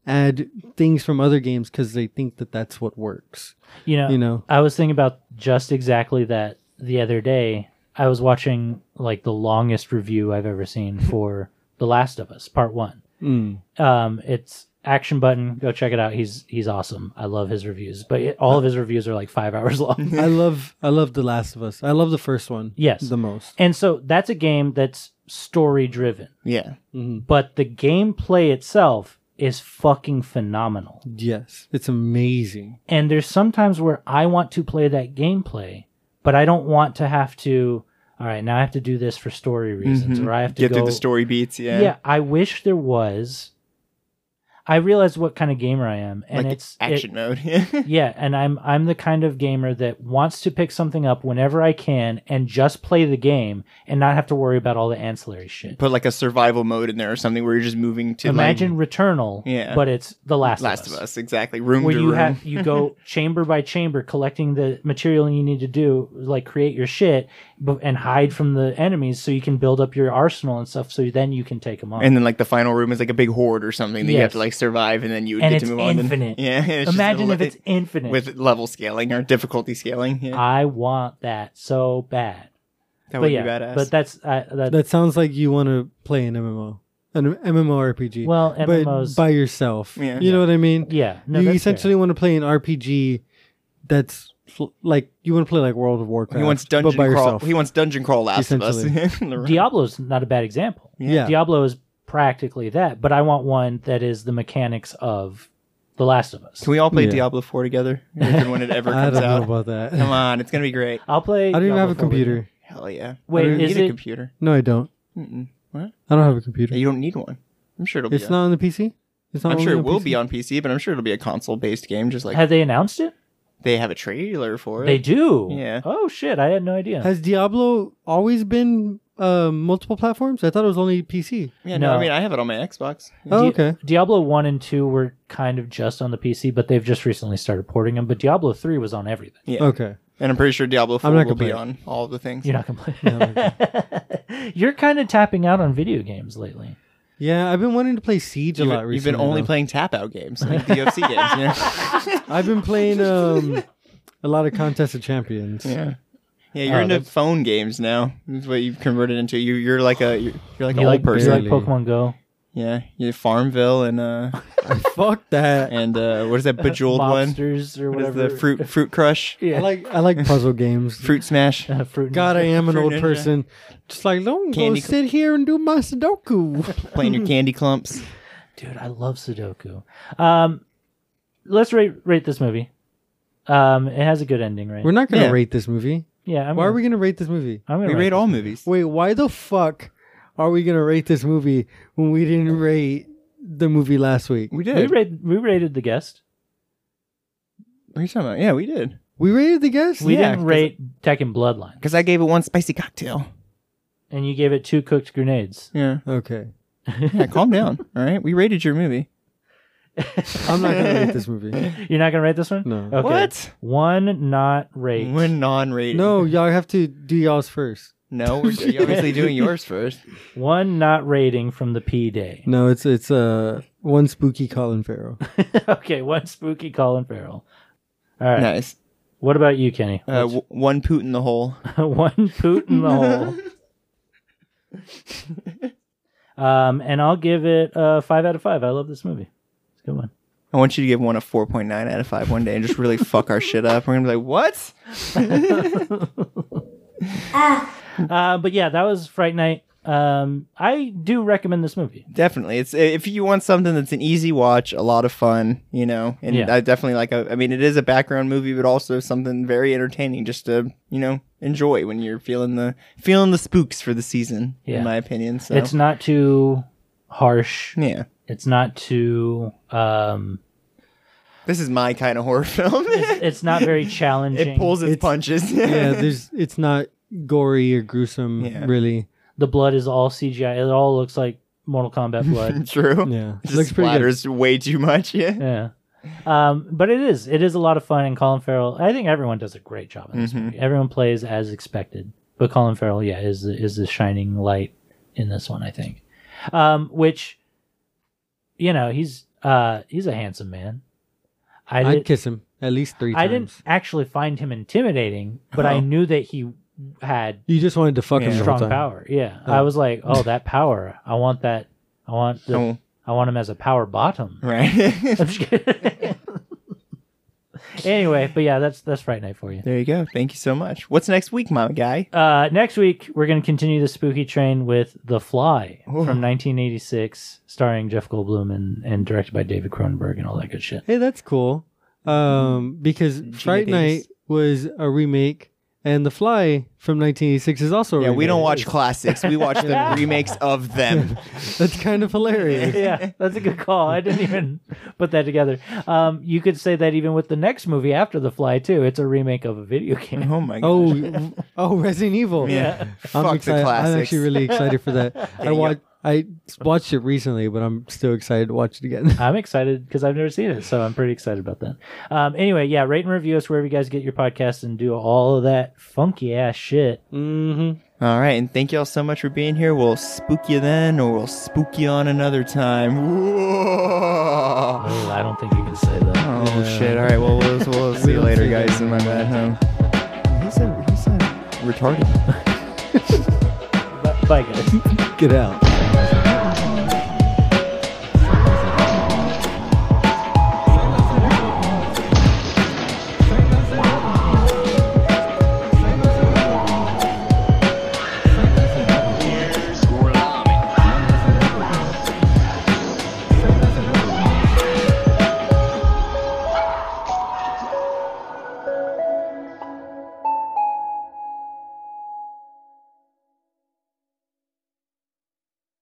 add things from other games because they think that that's what works.
You know,
You know.
I was thinking about just exactly that the other day. I was watching like the longest review I've ever seen for The Last of Us Part 1. Um, it's Action Button. Go check it out. He's he's awesome. I love his reviews. But it, all of his reviews are like 5 (laughs) hours long.
I love I love The Last of Us. I love the first one.
Yes.
The most.
And so that's a game that's story driven,
yeah.
but the gameplay itself is fucking phenomenal.
Yes. It's amazing.
And there's sometimes where I want to play that gameplay, but I don't want to have to. All right, now I have to do this for story reasons, or I have to
Get
go,
through the story beats.
Yeah.
Yeah.
I wish there was. I realize what kind of gamer I am, and
Like
it's it-
action mode. (laughs) Yeah.
yeah, and I'm I'm the kind of gamer that wants to pick something up whenever I can and just play the game and not have to worry about all the ancillary shit.
Put like a survival mode in there or something where you're just moving to
imagine Returnal,
Yeah.
but it's The Last,
like, Last
of Us,
of Us. Exactly. Room
where
to
you
room.
have
(laughs)
you go chamber by chamber collecting the material you need to do, like create your shit bu- and hide from the enemies, so you can build up your arsenal and stuff. So then you can take them on.
and then like the final room is like a big horde or something that you have
Yes.
to like survive and then you would
And
get
it's
to move on.
infinite.
Then, yeah. (laughs) it's just
Imagine
a
if
li-
it's infinite.
with level scaling or difficulty scaling. Yeah.
I want that so bad.
that
But
would
yeah,
be badass.
but that's uh, that,
That sounds like you want to play an MMO. An MMORPG.
Well,
But
MMOs
by yourself.
Yeah.
You know what I mean?
yeah. No,
you
that's fair.
essentially want to play an RPG that's fl- like you want to play like World of Warcraft.
he wants
but
dungeon
by
crawl.
yourself.
He wants dungeon crawl last of us. (laughs)
Diablo's not a bad example.
Yeah.
Diablo is practically that, but I want one that is the mechanics of The Last of Us.
Can we all play
Yeah.
Diablo 4 together? Even
(laughs)
when it ever
I
comes
don't
out.
know about that.
Come on, it's gonna be great.
I'll
(laughs)
play.
I don't even
Diablo
have a
four with you.
computer.
Hell yeah.
Wait,
you don't
is
need a
it-
computer.
No, I don't.
Mm-mm. What?
I don't have a computer.
Yeah, you don't need one. I'm sure it'll
it's
be. on-
not on the PC. It's not.
I'm
only
sure it
on
will
PC?
be on PC, but I'm sure it'll be a console-based game. Just like
Have they announced it?
they have a trailer for it.
They do.
Yeah.
Oh shit! I had no idea.
Has Diablo always been uh, multiple platforms? I thought it was only PC.
yeah, no. I
No.
mean I have it on my Xbox.
Oh,
Di-
okay.
Diablo one and two were kind of just on the PC, but they've just recently started porting them. But Diablo three was on everything.
Yeah,
Okay.
and I'm pretty sure Diablo 4
I'm not
will
gonna
be
play
on all of the things.
You're not complaining. (laughs) You're kind of tapping out on video games lately.
Yeah, I've been wanting to play Siege a
You've,
lot recently.
you've been only
though.
playing tap out games,
(laughs)
like the UFC games. Yeah,
I've
(laughs)
been playing um, a lot of Contest of Champions.
yeah. Yeah,
Oh,
you're into phone games now. That's what you've converted into. You, you're like a you're, you're like
You
an
like
old
you
person.
like Pokemon Go?
Yeah, yeah, Farmville and uh
(laughs) Fuck that.
and uh what is that bejeweled one?
Lobsters or
What is
whatever.
the fruit fruit crush?
I
(laughs)
like I like puzzle games.
Fruit smash.
Uh, fruit.
God, I am an
Fruit
old
Ninja.
person. Just like don't go
Candy-
sit here and do my Sudoku.
(laughs) Playing your candy clumps.
dude, I love Sudoku. Um, let's rate rate this movie. Um, it has a good ending, right?
We're not gonna
Yeah.
rate this movie.
yeah. I'm
Why
gonna,
are we gonna rate this movie?
I'm gonna
We rate all movies.
Wait, why the fuck are we gonna rate this movie when we didn't rate the movie last week?
We did.
We rated. We rated the guest.
What are you talking about? Yeah, we did.
We rated the guest.
We
Yeah,
didn't
'cause-
rate Tekken Bloodline,
Because I gave it one spicy cocktail.
and you gave it two cooked grenades.
Yeah.
Okay,
Yeah, calm down. All right. We rated your movie.
I'm not gonna rate this movie.
You're not gonna rate this one?
No.
Okay.
What?
One not rate.
We're non rated.
No, y'all have to do y'all's first.
No, we're you're obviously doing yours first.
One not rating from the P day.
No, it's it's uh one spooky Colin Farrell.
(laughs) okay. One spooky Colin Farrell. All right.
Nice.
What about you, Kenny?
Uh, w- one poot in the hole.
(laughs) one poot in the
(laughs)
hole. um, and I'll give it a five out of five. I love this movie. It's a good one.
I want you to give one a 4.9 out of 5 one day and just really fuck our shit up. We're going to be like, what?
Uh, but yeah, that was Fright Night. Um, I do recommend this movie.
Definitely. It's If you want something that's an easy watch, a lot of fun, you know, and
Yeah.
I definitely like, a, I mean, it is a background movie, but also something very entertaining just to, you know, enjoy when you're feeling the feeling the spooks for the season,
Yeah.
in my opinion. So,
It's not too harsh.
yeah.
It's not too. Um,
This is my kind of horror (laughs) film.
it's not very
(laughs)
challenging.
it pulls its,
It's-
punches. (laughs)
yeah, there's it's not gory or gruesome
Yeah.
really.
the blood is all CGI. It all looks like Mortal Kombat
(laughs)
blood.
True.
Yeah.
It
Looks
just
pretty good.
splatters way too much. (laughs) Yeah.
yeah. Um, but it is it is a lot of fun, and Colin Farrell. I think everyone does a great job in this
Mm-hmm.
movie. Everyone plays as expected, but Colin Farrell, yeah, is the- is the shining light in this one. I think, um, which, you know, he's uh, he's a handsome man. I
I'd
did,
kiss him at least three
I
times.
didn't actually find him intimidating, but I
Oh.
knew that he had
You just wanted to fuck him the whole
strong
time.
power. Yeah, I was like, oh, that power. I want that. I want the,
Oh,
I want him as a power bottom. (laughs)
right. (laughs)
I'm just kidding. (laughs) anyway, but yeah, that's that's Fright Night for you.
there you go. Thank you so much. What's next week, my guy?
Uh, next week we're going to continue the spooky train with The Fly
Ooh.
from 1986, starring Jeff Goldblum and, and directed by David Cronenberg and all that good shit.
Hey, that's cool. Um, because Fright Night
Mm-hmm. Davis.
was a remake, and The Fly from 1986 is also a
Yeah, we
remake.
don't watch classics. We watch the remakes of them.
(laughs) That's kind of
(laughs)
hilarious.
(laughs) yeah, that's a good call. I didn't even put that together. Um, you could say that even with the next movie after The Fly too. It's a remake of a video game.
Oh my god.
Oh, oh, Resident Evil.
yeah.
I'm
(laughs) Fuck
excited.
the classics.
I'm actually really excited for
(laughs)
that. I
you
watch. I watched it recently, but I'm still excited to watch it again. (laughs)
I'm excited because I've never seen it, so I'm pretty excited about that. Um, anyway, yeah, rate and review us wherever you guys get your podcasts and do all of that funky ass shit.
mm-hmm.
All right, and thank y'all so much for being here. We'll spook you then, or we'll spook you on another time. Whoa.
Oh, I don't think you can say that.
Oh shit! All right, well we'll, (laughs) we'll see you
don't
later,
see that.
guys. In my bad home. He's a he's a retarded.
Bye, guys.
Get out.